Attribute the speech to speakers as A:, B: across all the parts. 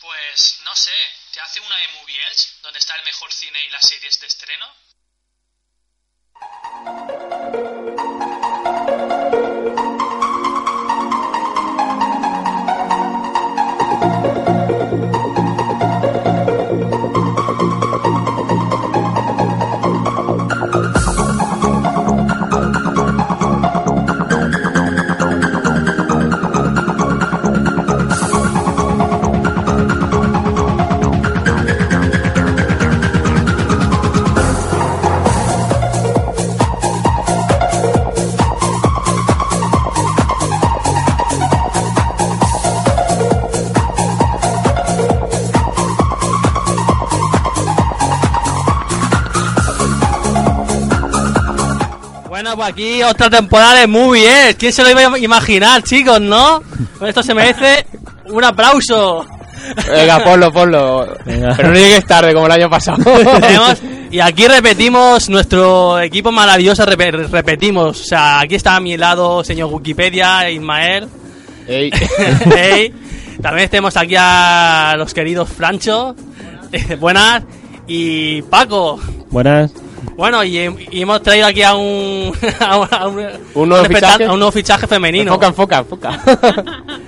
A: Pues, está el mejor cine y las series de estreno?
B: Bueno, pues aquí otra temporada de movies. ¿Quién se lo iba a imaginar, chicos, no? Con esto se merece un aplauso.
C: Venga, ponlo, ponlo.
D: Venga.
C: Pero no llegues tarde como el año pasado.
B: Tenemos- y aquí repetimos nuestro equipo maravilloso, repe- repetimos. O sea, aquí está a mi lado señor Wikipedia, Ismael.
C: Ey.
B: Ey. También tenemos aquí a los queridos Francho. Buenas. Y Paco.
D: Buenas.
B: Bueno, y, hem- y hemos traído aquí a un, a un, a un-
C: ¿Un nuevo
B: un espectá-
C: fichaje?
B: a un nuevo fichaje femenino.
C: Enfoca, enfoca, enfoca.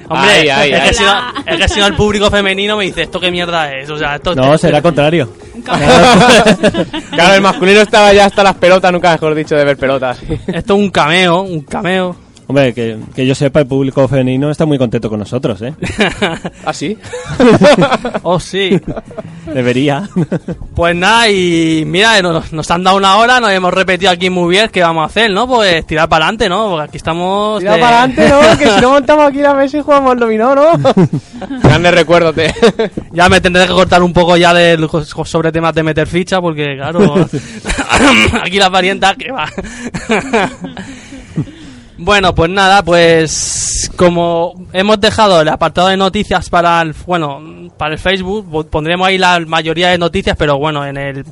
B: Hombre,
C: Ahí, ahí,
B: es,
C: ahí.
B: Que si no, es que si no el público femenino me dice, ¿esto qué mierda es? O sea, esto
D: No, será contrario.
C: Claro, el masculino estaba ya hasta las pelotas, nunca mejor dicho, de ver pelotas.
B: esto es un cameo, un cameo.
D: Hombre, que, que yo sepa, el público femenino está muy contento con nosotros, ¿eh?
C: ¿Ah, sí?
B: oh, sí.
D: Debería.
B: Pues nada, y mira, nos, nos han dado una hora, nos hemos repetido aquí muy bien qué vamos a hacer, ¿no? Pues tirar para adelante, ¿no? Porque aquí estamos...
C: Tira
B: de-
C: para adelante, ¿no? Que si no montamos aquí la mesa y jugamos al dominó, ¿no? Grande recuérdate.
B: Ya me tendré que cortar un poco ya de, sobre temas de meter ficha, porque claro, aquí las variantas que va. bueno, pues nada, pues como hemos dejado el apartado de noticias para el, bueno, para el Facebook, po- pondremos ahí la mayoría de noticias, pero bueno, en el...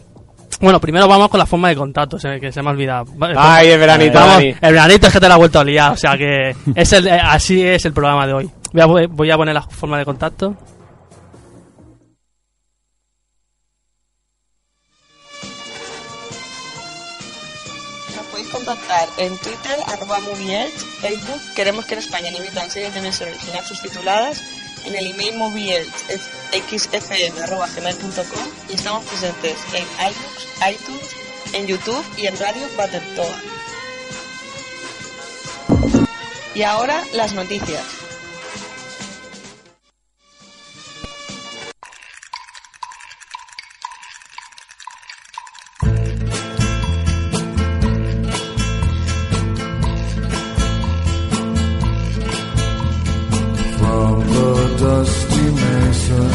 B: Bueno, primero vamos con la forma de contacto, se me- que se me ha olvidado. Vale, pues,
C: Ay, el veranito,
B: Vamos,
C: Dani.
B: el veranito es que te la ha vuelto a liar, o sea que es el, eh, así es el programa de hoy. Voy a, po- voy a poner la forma de contacto.
E: Nos podéis contactar en Twitter, arroba movies, Facebook, queremos que en España ni emitan series de emisión original subtituladas, en el email movies.xfm.gmail.com y estamos presentes en iBooks, iTunes, en YouTube y en Radio Batertoa. Y ahora las noticias.
F: From the dusty mesa,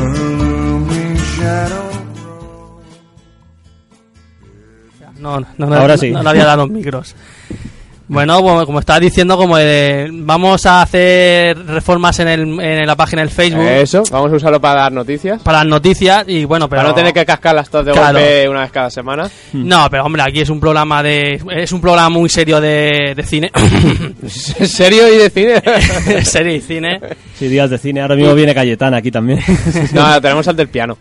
F: a looming shadow.
B: No, no, no,
D: Ahora
B: no,
D: sí.
B: no le había dado los micros. Bueno, como, como estaba diciendo, como eh, vamos a hacer reformas en, el, en la página del Facebook
C: Eso, vamos a usarlo para dar noticias.
B: para las noticias y bueno, pero
C: Para no tener que cascarlas todas de
B: Claro.
C: golpe una vez cada semana.
B: No, pero hombre, aquí es un programa de es un programa muy serio de, de cine,
C: ¿En serio y de cine?
B: serie y cine.
D: Si días de cine, ahora mismo viene Cayetana aquí también.
C: no, tenemos al del piano.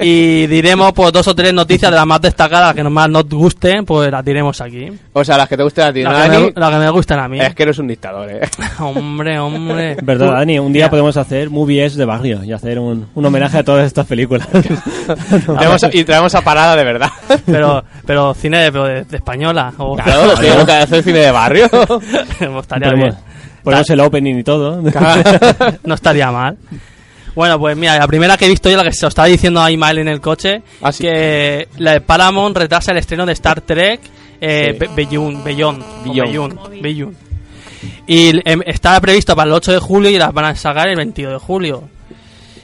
B: Y diremos pues dos o tres noticias de las más destacadas, las que nos- más nos gusten, pues las diremos aquí.
C: O sea, las que te gusten a ti. ¿no,
B: Las que, me,
C: Dani?
B: las que me gustan a mí.
C: Es que eres un dictador, eh.
B: Hombre, hombre.
D: ¿Verdad, Dani? Un día
B: Mira.
D: podemos hacer movies de barrio y hacer un, un homenaje a todas estas películas.
C: Tenemos- y traemos a parada de verdad.
B: Pero, pero cine de, pero de- de española. o-
C: Claro, tío, ¿no te hace cine de barrio.
B: no Pues estaría bien.
D: Ponemos, ponemos el opening y todo.
B: No estaría mal. Bueno, pues mira, la primera que he visto yo, la que se os estaba diciendo a Imael en el coche,
C: Ah, sí.
B: que la de Paramount retrasa el estreno de Star Trek eh,
C: Sí.
B: Be- Beyond, Beyond, o
C: Beyond.
B: Beyond, Beyond. Y em, estaba previsto para el 8 de julio y las van a sacar el 22 de julio.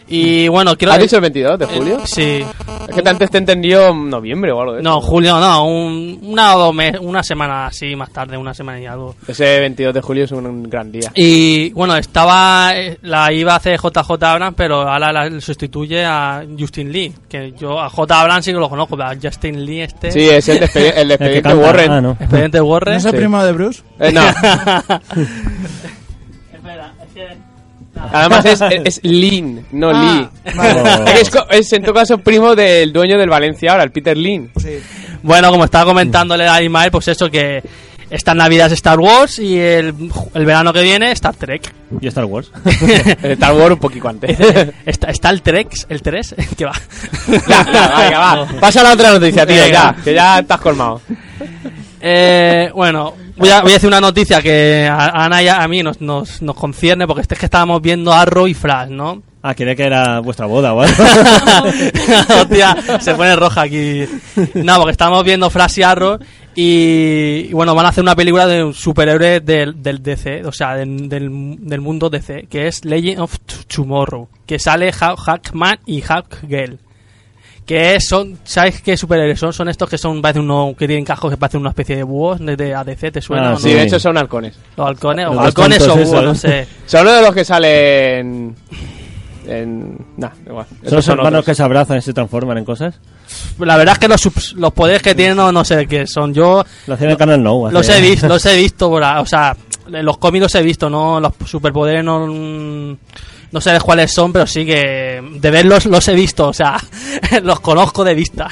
B: Y bueno, quiero...
C: ¿Has dicho el 22 de
B: eh,
C: julio?
B: Sí.
C: Es que antes te he entendido en noviembre o algo de eso.
B: No, julio no, un- una o dos meses, una semana así más tarde, una semana y algo.
C: Ese 22 de julio es un gran día.
B: Y bueno, estaba eh, la iba a hacer JJ Abrams, pero ahora la sustituye a Justin Lee, que yo a J Abrams sí que lo conozco, pero a Justin Lee este
C: Sí, es el, de expedi- el de
D: El que
C: expediente
D: canta.
C: Warren. Eh,
D: Ah, no.
B: expediente
F: ¿No
B: Warren.
F: es el
C: Sí.
F: primo de Bruce?
C: Eh, no.
B: Espera, es que
C: Además es, es Lin, no
B: Ah.
C: Lee.
D: Oh.
C: Es, co- es, en todo caso primo del dueño del Valencia ahora, el Peter Lin.
G: Sí.
B: Bueno, como estaba comentándole a Ismael, pues eso que esta Navidad es Star Wars y el, el verano que viene Star Trek.
D: Y Star Wars.
C: El Eh, Star Wars un poquito antes.
B: está, está el Trek, el 3, que va.
C: Ya, ya, venga, va. Pasa a la otra noticia, tío,
B: Venga.
C: ya, que ya estás colmado.
B: Eh, bueno, voy a, voy a decir una noticia que a Ana y a a mí nos, nos, nos concierne, porque este es que estábamos viendo Arrow y Flash, ¿no?
D: Ah, quería que era vuestra boda o algo.
B: Hostia, se pone roja aquí. No, porque estamos viendo Flash y Arrow y, y bueno, van a hacer una película de un superhéroe del, del DC, o sea, del, del, del mundo DC, que es Legend of T- Tomorrow, que sale Ha- Hackman y Hackgirl. Que es- son, ¿sabes qué superhéroes son? Son estos que son, parece uno, que tienen cajos que parecen una especie de búhos de, de ADC, ¿te suena?
D: Ah,
B: o no?
C: Sí, de hecho son halcones.
B: Los halcones, o
D: Los
B: halcones eh. o
D: tontos
B: búhos,
D: esos.
B: no sé.
C: Son uno de los que salen en... Nah, da igual.
D: Son
C: Esos
D: los hermanos
C: otros.
D: que se abrazan y se transforman en cosas.
B: La verdad es que los, subs- los poderes que tienen no, no sé qué son. Yo
D: Lo hacían en el canal No.
B: Los
D: hace-
B: he visto, los he visto, por a- o sea, los cómics los he visto, no los superpoderes no mm, no sé de cuáles son, pero sí que de verlos los he visto, o sea, los conozco de vista.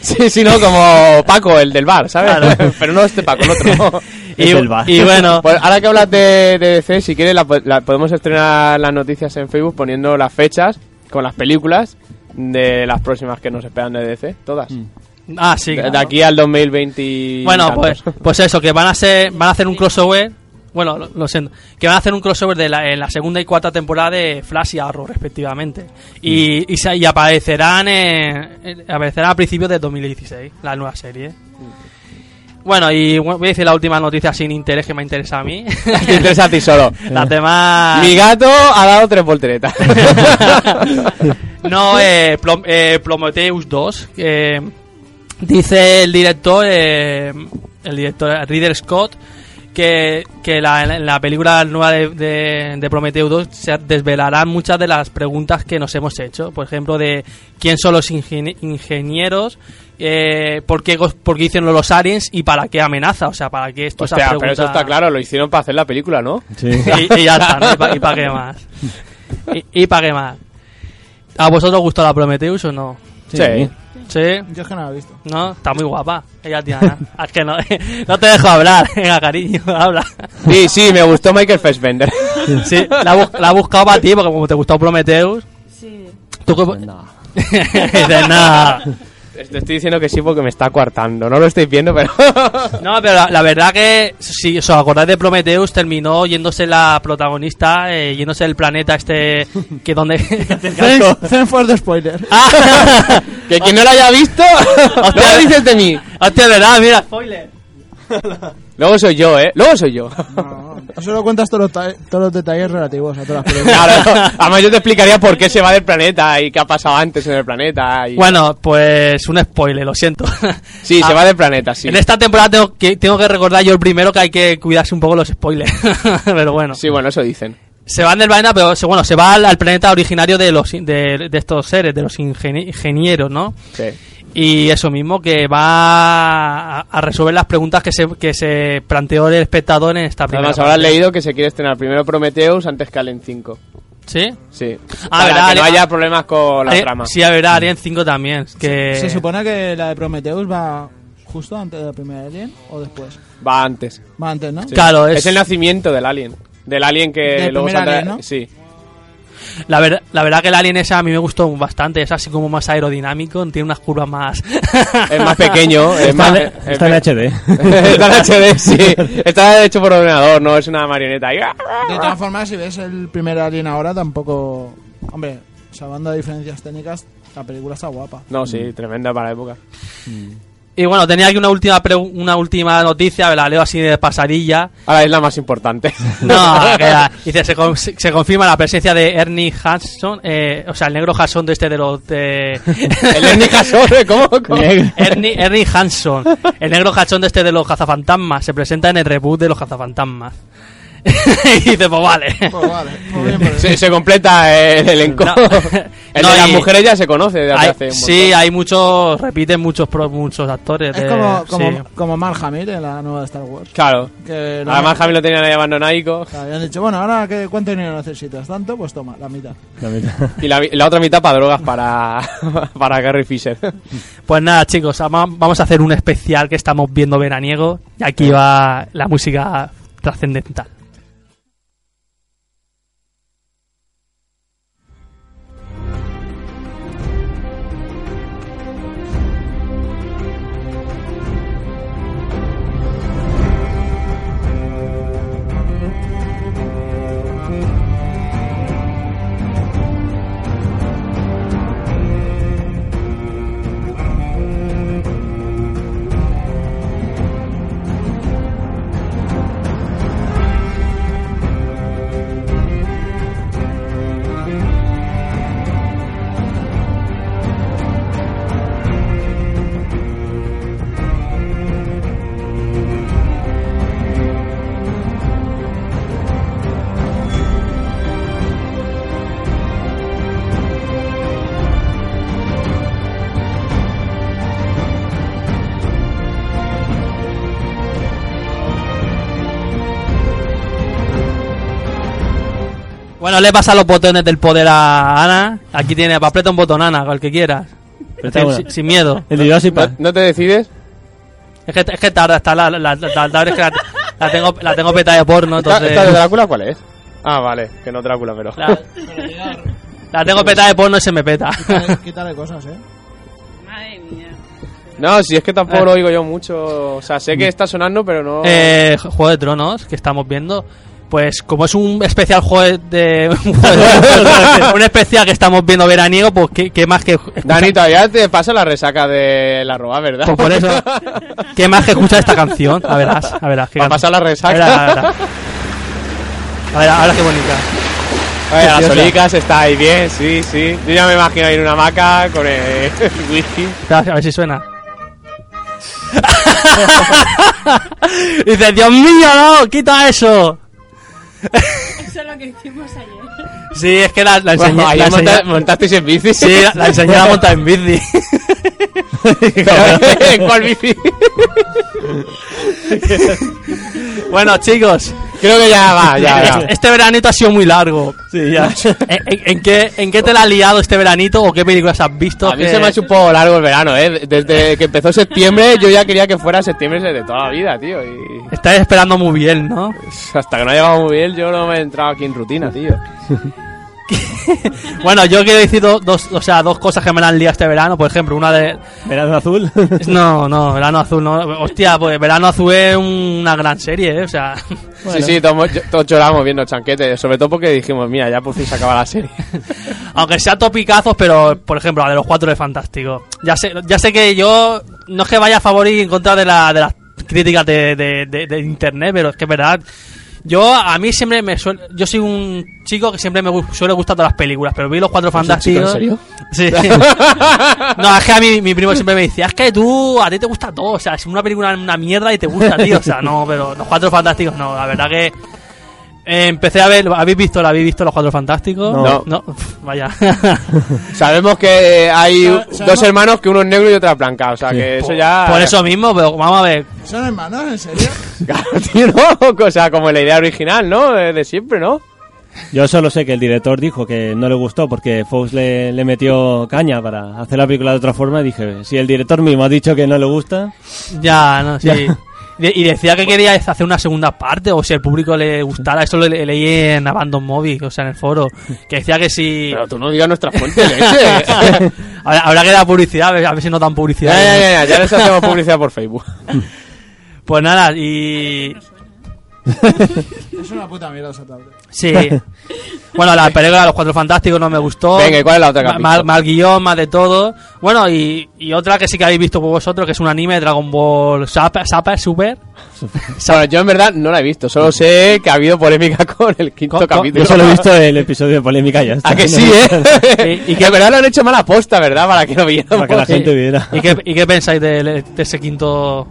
C: Sí, sí, no, como Paco, el del bar, ¿sabes?
B: Claro.
C: Pero no este Paco, el otro.
B: y,
D: Es del bar.
B: y bueno,
C: Pues ahora que hablas de, de DC, si quieres la po- la- podemos estrenar las noticias en Facebook poniendo las fechas con las películas de las próximas que nos esperan de DC, todas.
B: ah, sí,
C: De- de,
B: claro.
C: aquí al 2020. y
B: Bueno,
C: tantos.
B: pues pues eso, que van a ser van a hacer un crossover bueno, lo, lo siento. Que van a hacer un crossover de la, en la segunda y cuarta temporada de Flash y Arrow, respectivamente.
C: Mm.
B: Y, y, se- y aparecerán, en- en- aparecerán a principios de 2016, la nueva serie. Bueno, y bueno, voy a decir la última noticia sin interés que me interesa a mí.
C: Te interesa a ti solo.
B: Las demás...
C: Eh. Mi gato ha dado tres volteretas.
B: no, eh, Plom- eh, Prometheus 2. eh, dice el director, eh, el director Ridley Scott, que, que la, en la película nueva de, de, de Prometheus 2 se desvelarán muchas de las preguntas que nos hemos hecho. Por ejemplo, de quién son los ingeni- ingenieros, eh, por, qué, gos- por qué hicieron los aliens y para qué amenaza. O sea, para qué esto
C: Hostia, pero eso está claro, lo hicieron para hacer la película, ¿no?
D: Sí.
B: y, y ya está, ¿no? ¿Y para qué más? ¿Y, para qué más? ¿A vosotros os gustó la Prometheus o no?
C: Sí.
B: ¿Sí?
G: Yo es que no la he visto.
B: ¿No? Está muy guapa. Ella Diana. Es que no, no te dejo hablar. Venga, cariño, habla.
C: Sí, sí, me gustó Michael Fassbender.
B: Sí, la, bus- la he buscado para ti porque como te gustó Prometheus...
H: Sí.
B: ¿Tú qué... Dices, "No".
C: Te estoy diciendo que sí porque me está coartando. No lo estáis viendo, pero.
B: No, pero la, la verdad que si os acordáis de Prometheus terminó yéndose la protagonista, eh, yéndose el planeta este que donde
G: Thanks, thanks for the spoiler.
B: Ah.
C: que quien no lo haya visto, no lo dices de mí.
B: Hostia, de verdad, mira, spoiler.
C: Luego soy yo, ¿eh? Luego soy yo.
G: No, solo cuentas todos los, ta- todos los detalles relativos a todas las películas.
C: Claro, además yo te explicaría por qué se va del planeta y qué ha pasado antes en el planeta. y-
B: Bueno, pues un spoiler, lo siento.
C: sí, se
B: Ah,
C: va del planeta, sí.
B: En esta temporada tengo que, tengo que recordar yo el primero que hay que cuidarse un poco los spoilers. pero bueno.
C: Sí, bueno, eso dicen.
B: Se van del planeta, pero se- bueno, se va al, al planeta originario de los in- de, de estos seres, de los ingeni- ingenieros, ¿no?
C: Sí.
B: Y eso mismo, que va a, a resolver las preguntas que se, que se planteó el espectador en esta primera.
C: Además, habrás
B: parte.
C: leído que se quiere estrenar primero Prometheus antes que Alien 5.
B: ¿Sí?
C: Sí.
B: Ah,
C: Para
B: verdad,
C: que no
B: Alien-
C: haya problemas con la
B: Eh,
C: trama.
B: Sí, a ver, Alien 5 también. Que...
G: Se supone que la de Prometheus va justo antes de la primera Alien o después.
C: Va antes.
G: Va antes, ¿no?
C: Sí.
B: Claro, es-
C: es... el nacimiento del Alien. Del Alien que
G: Del
C: luego
G: primer
C: saldrá.
G: Alien, ¿no?
C: Sí.
B: La, ver- la verdad que el Alien esa a mí me gustó bastante. Es así como más aerodinámico, tiene unas curvas más...
C: Es más pequeño. es
D: Está,
C: más,
D: en-
C: es-
D: está en HD.
C: está en HD, sí. Está hecho por ordenador, no es una marioneta.
G: De todas formas, si ves el primer Alien ahora, tampoco. Hombre, salvando diferencias técnicas, la película está guapa.
C: No,
B: Mm.
C: sí, tremenda para la época.
B: Y bueno, tenía aquí una última pregu- una última noticia, la leo así de pasadilla.
C: Ahora es la más importante.
B: No, que la- dice, se, con- se confirma la presencia de Ernie Hudson, eh, o sea, el negro Hudson de este de los... De...
C: El Ernie Casore, ¿cómo? cómo?
B: Ernie, Ernie Hanson, el negro Hudson de este de los cazafantasmas, se presenta en el reboot de los cazafantasmas. y dice, pues vale.
G: Pues vale, muy bien por eso.
C: Se, se completa el elenco.
B: No.
C: El
B: No,
C: de las
B: y-
C: mujeres ya se conoce de
B: Hay-
C: hace un
B: sí, hay muchos, repiten muchos pro- muchos actores.
G: Es
B: de-
G: como, como,
B: sí.
G: como Mark Hamill en la nueva de Star Wars.
C: Claro.
G: Que lo
C: Además, Javi lo tenían ahí abandonado
G: han- habían dicho, bueno, ahora que cuánto dinero necesitas, tanto, pues toma, la mitad.
D: La mitad.
C: y la, la otra mitad para drogas para, para Gary Fisher.
B: Pues nada, chicos, ama- vamos a hacer un especial que estamos viendo veraniego. Y aquí va la música trascendental. Bueno, le pasa los botones del poder a Ana. Aquí tiene, aprieta un botón, Ana, con el que quieras.
D: Aprieta
B: Es decir,
D: una.
B: sin, sin miedo.
D: El de Jurassic
C: ¿No,
D: Park.
C: no te decides?
B: Es que, es que tarda, está la, la, la, la- la- es que la- la tengo, la tengo petada de porno,
C: ¿Esta,
B: entonces.
C: esta de Drácula cuál es? Ah, vale, que no Drácula, pero.
B: La, la tengo petada de porno y se me peta.
G: Quítale, quítale cosas, ¿eh?
H: Madre mía.
C: No, si es que tampoco lo oigo yo mucho. O sea, sé que está sonando, pero no.
B: Mm. Eh, Juego de Tronos, que estamos viendo. Pues como es un especial juego de... un juego de- un especial que estamos viendo veraniego, pues qué, qué más que... escuchar-
C: Dani, todavía te pasa la resaca de la roba, ¿verdad?
B: Pues por eso, ¿qué más que escuchar esta canción? A verás, a verás. qué
C: Va
B: canción.
C: a pasar la resaca.
B: A ver, a ver, a ver. A ver, ahora qué bonita.
C: Oye, las
B: Preciosa.
C: olicas está ahí bien, sí, sí. Yo ya me imagino ahí en una hamaca con el whisky.
B: Espera, a ver si suena. Dice, Dios mío, no, quita eso.
H: Eso es lo que hicimos ayer.
B: Sí, es que la, la enseñé.
C: Bueno, ahí
B: la
C: monta-
B: enseñé-
C: montasteis en bici.
B: sí, la, la enseñé a montar en bici.
C: Pero, ¿Cuál bici?
B: bueno, chicos,
C: Creo que ya va, ya
B: este,
C: va.
B: este veranito ha sido muy largo.
D: Sí, ya.
B: ¿En, en- en qué, ¿En qué te la has liado este veranito o qué películas has visto?
C: A mí
B: que-
C: se me ha hecho un poco largo el verano, ¿eh? Desde que empezó septiembre, yo ya quería que fuera septiembre desde toda la vida, tío. Y
B: Estás esperando muy bien, ¿no?
C: hasta que no ha llegado muy bien, yo no me he entrado aquí en rutina, tío.
B: Bueno, yo quiero decir do- dos, o sea, dos cosas que me la han liado este verano. Por ejemplo, una de,
D: Verano azul.
B: No, no, Verano Azul no. Hostia, pues Verano Azul es una gran serie, ¿eh? O sea,
C: Sí, sí, todos, todos lloramos viendo chanquete, sobre todo porque dijimos, mira, ya por fin se acaba la serie.
B: aunque sea topicazos, pero por ejemplo, la de los cuatro es fantástico. Ya sé, ya sé que yo no es que vaya a favor y en contra de, la, de las críticas de, de- de- de internet, pero es que es verdad. Yo, a mí siempre me suele. Yo soy un chico que siempre me gu- suele gustar todas las películas, pero vi los cuatro fantásticos.
C: chico,
B: Sí. no, es que a mí mi primo siempre me decía, es que tú, a ti te gusta todo, o sea, es una película una mierda y te gusta, tío, o sea, no, pero los Cuatro Fantásticos no, la verdad que eh, empecé a ver, ¿habéis visto, la habéis visto los Cuatro Fantásticos?
C: No.
B: No, Pf, vaya.
C: Sabemos que hay
G: Sa- sabemos-
C: dos hermanos, que uno es negro y otro es blanca, o sea,
D: Sí.
C: que eso ya...
B: Por eso mismo, pero vamos a ver,
G: ¿Son hermanos, en serio?
C: Claro, tío, ¿no? O sea, como la idea original, ¿no? De, de siempre, ¿no?
D: Yo solo sé que el director dijo que no le gustó porque Fox le, le metió caña para hacer la película de otra forma. Y dije, si el director mismo ha dicho que no le gusta,
B: ya, no, sí.
D: Ya.
B: De- Y decía que quería hacer una segunda parte, o si al público le gustara, eso lo le- leí en Abandon Movie, o sea, en el foro, que decía que si...
C: Pero tú no digas nuestra fuente, leche.
B: Habrá habrá que dar publicidad, a ver, a ver si no dan publicidad.
C: ya, ya, ya, ya, ya les hacemos publicidad por Facebook.
B: Pues nada, y...
G: Es una puta mierda esa tablet.
B: Sí. bueno, la película de los Cuatro Fantásticos no me gustó.
C: Venga, ¿y cuál es la otra que has
B: Ma- Mal,
C: visto?
B: mal guión, más de todo. Bueno, y, y otra que sí que habéis visto por vosotros, que es un anime, Dragon Ball Zapper, Super.
C: Bueno, yo en verdad no la he visto, solo sé que ha habido polémica con el quinto
B: Con- con-
C: capítulo.
D: yo solo he visto el episodio de polémica y ya. está.
C: "Ah". ¿A que
D: No
C: sí,
D: me gusta.
C: eh? y que en verdad lo han hecho mala posta, ¿verdad? Para que lo
D: Para que la
C: viéramos.
D: gente viera.
B: ¿Y qué, y qué pensáis de, de ese quinto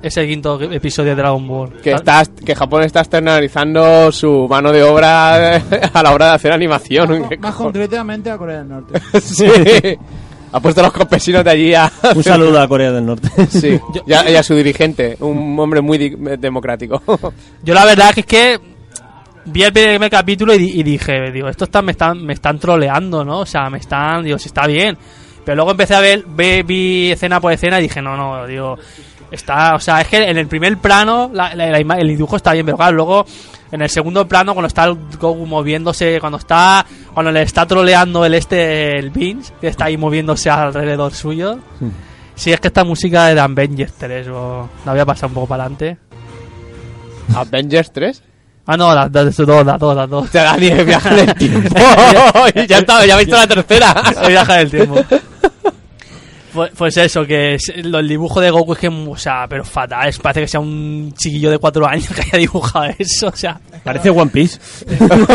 B: es el quinto episodio de Dragon Ball.
C: Que, estás, que Japón está externalizando su mano de obra a la hora de hacer animación. ¿Qué
G: Más, más
C: cojones?
G: concretamente a Corea del Norte.
C: Sí. Ha puesto a los campesinos de allí a...
D: Un saludo a Corea del Norte.
C: Sí, y a, y a su dirigente, un hombre muy di- democrático.
B: Yo la verdad que es que vi el primer capítulo y, di- y dije, digo, esto está, me, están, me están troleando, ¿no? O sea, me están, digo, si está bien. Pero luego empecé a ver, ve- vi escena por escena y dije, no, no, digo, está, o sea, es que en el primer plano la- la- la ima- el dibujo está bien, pero claro, luego en el segundo plano cuando está el Goku moviéndose, cuando está, cuando le está troleando el este, el Vince, que está ahí moviéndose alrededor suyo. Si es que esta música de Avengers 3 o la voy a pasar un poco para adelante.
C: Avengers 3.
B: Ah, no, las dos, las dos, las dos, las dos.
C: Te da ni el viaje del tiempo. Y ya, está, ya he visto la tercera.
B: El viaje del tiempo. Pues, pues eso, que es- lo- el dibujo de Goku es que, o sea, pero fatal. es- parece que sea un chiquillo de cuatro años que haya dibujado eso, o sea.
D: Parece One Piece.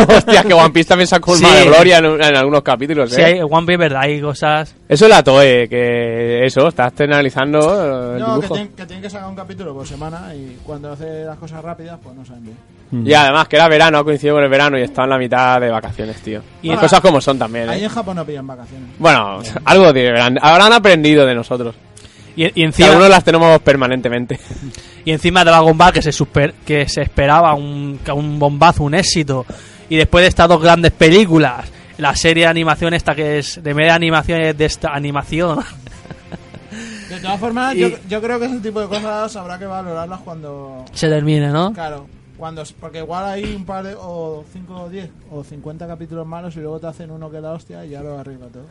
C: Hostia, que One Piece también se ha colmado
B: Sí.
C: de gloria en, un- en algunos capítulos.
B: Sí,
C: ¿eh?
B: hay One Piece, ¿verdad? Hay cosas.
C: Eso es la TOE, que eso, está externalizando el
G: No, que,
C: dibujo.
G: tienen- que tienen que sacar un capítulo por semana y cuando hace las cosas rápidas, pues no saben bien.
C: Y además que era verano, coincidió con el verano y está en la mitad de vacaciones, tío. Y
G: Ah.
C: cosas como son también,
G: Ahí
C: ¿eh?
G: en Japón no pillan vacaciones.
C: Bueno, algo de verano. Habrán aprendido de nosotros.
B: Y, y
C: Que
B: encima,
C: algunos las tenemos permanentemente.
B: y encima Dragon Ball, que se, super, que se esperaba un, que un bombazo, un éxito. Y después de estas dos grandes películas, la serie de animación esta que es de media animación, es de esta animación.
G: De todas formas, yo, yo creo que ese tipo de cosas habrá que valorarlas cuando.
B: se termine, ¿no?
G: Claro, cuando. Porque igual hay un par de. O 5 o 10 o 50 capítulos malos y luego te hacen uno que es la hostia y ya lo arregla todo.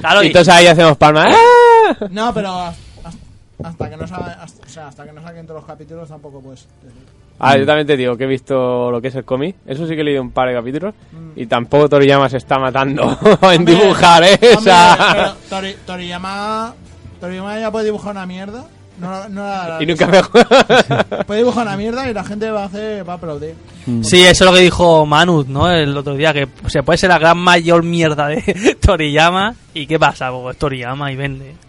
B: Claro,
C: y
B: y-
C: entonces ahí hacemos palmas. ¡Ah!
G: No, pero. has- has- Hasta que, no sa- hasta, o sea, hasta que no saquen todos los capítulos tampoco puedes decir.
C: Ah, yo también te digo que he visto lo que es el cómic. Eso sí que he leído un par de capítulos. Y tampoco Toriyama se está matando en
G: Hombre,
C: dibujar, ¿eh?
G: hombre,
C: O sea,
G: pero Tori- Toriyama. Toriyama ya puede dibujar una mierda. No, no la dará
C: y nunca me...
G: Puede dibujar una mierda y la gente va a hacer, va a aplaudir.
C: Mm.
B: Sí, eso es lo que dijo Manus, ¿no? El otro día, que se puede ser la gran mayor mierda de Toriyama. ¿Y qué pasa? Pues es Toriyama y vende.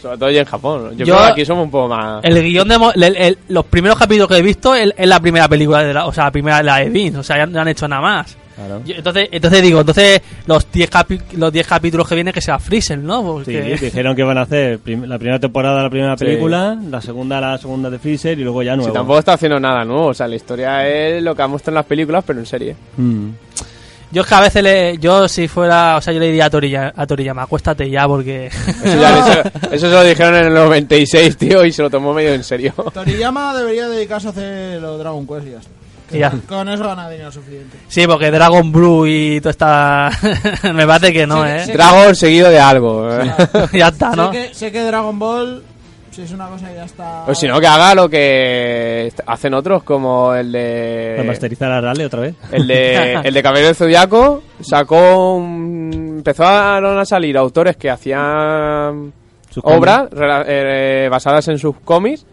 C: Sobre todo ya en Japón. Yo,
B: Yo-
C: creo que aquí somos un poco más...
B: El guión de... Mo- el- el- los primeros capítulos que he visto es es la primera película, de la, o sea, la primera de la de Vince. O sea, ya no han hecho nada más.
D: Claro.
B: Yo- entonces, entonces digo, entonces los 10 capi- los 10 capítulos que vienen que sea Freezer, ¿no?
D: Sí,
B: Porque...
D: dijeron que van a hacer prim- la primera temporada la primera
C: Sí.
D: película, la segunda la segunda de Freezer y luego ya nuevo.
C: Si tampoco está haciendo nada nuevo. O sea, la historia es lo que han mostrado en las películas, pero en serie.
D: Mm.
B: Yo es que a veces le... Yo si fuera... O sea, yo le diría a Toriyama, a Toriyama acuéstate ya porque...
C: Eso, ya les- eso se lo dijeron en el 96, tío, y se lo tomó medio en serio.
G: Toriyama debería dedicarse a hacer los Dragon Quest y ya está.
B: y ya.
G: Con eso gana dinero suficiente.
B: Sí, porque Dragon Brew y toda esta... Me parece que no,
G: Sí,
B: ¿eh?
G: sí.
C: Dragon seguido de algo. ¿eh?
B: ya está, ¿no?
G: Sé, que, sé que Dragon Ball, si es una cosa que ya está.
C: O Pues si no, que haga lo que est- hacen otros, como el de...
D: remasterizar a Raleigh otra vez.
C: El de, el de Caballero del Zodiaco sacó un- Empezaron a salir autores que hacían
D: Sus
C: obras rela- eh, basadas en sus cómics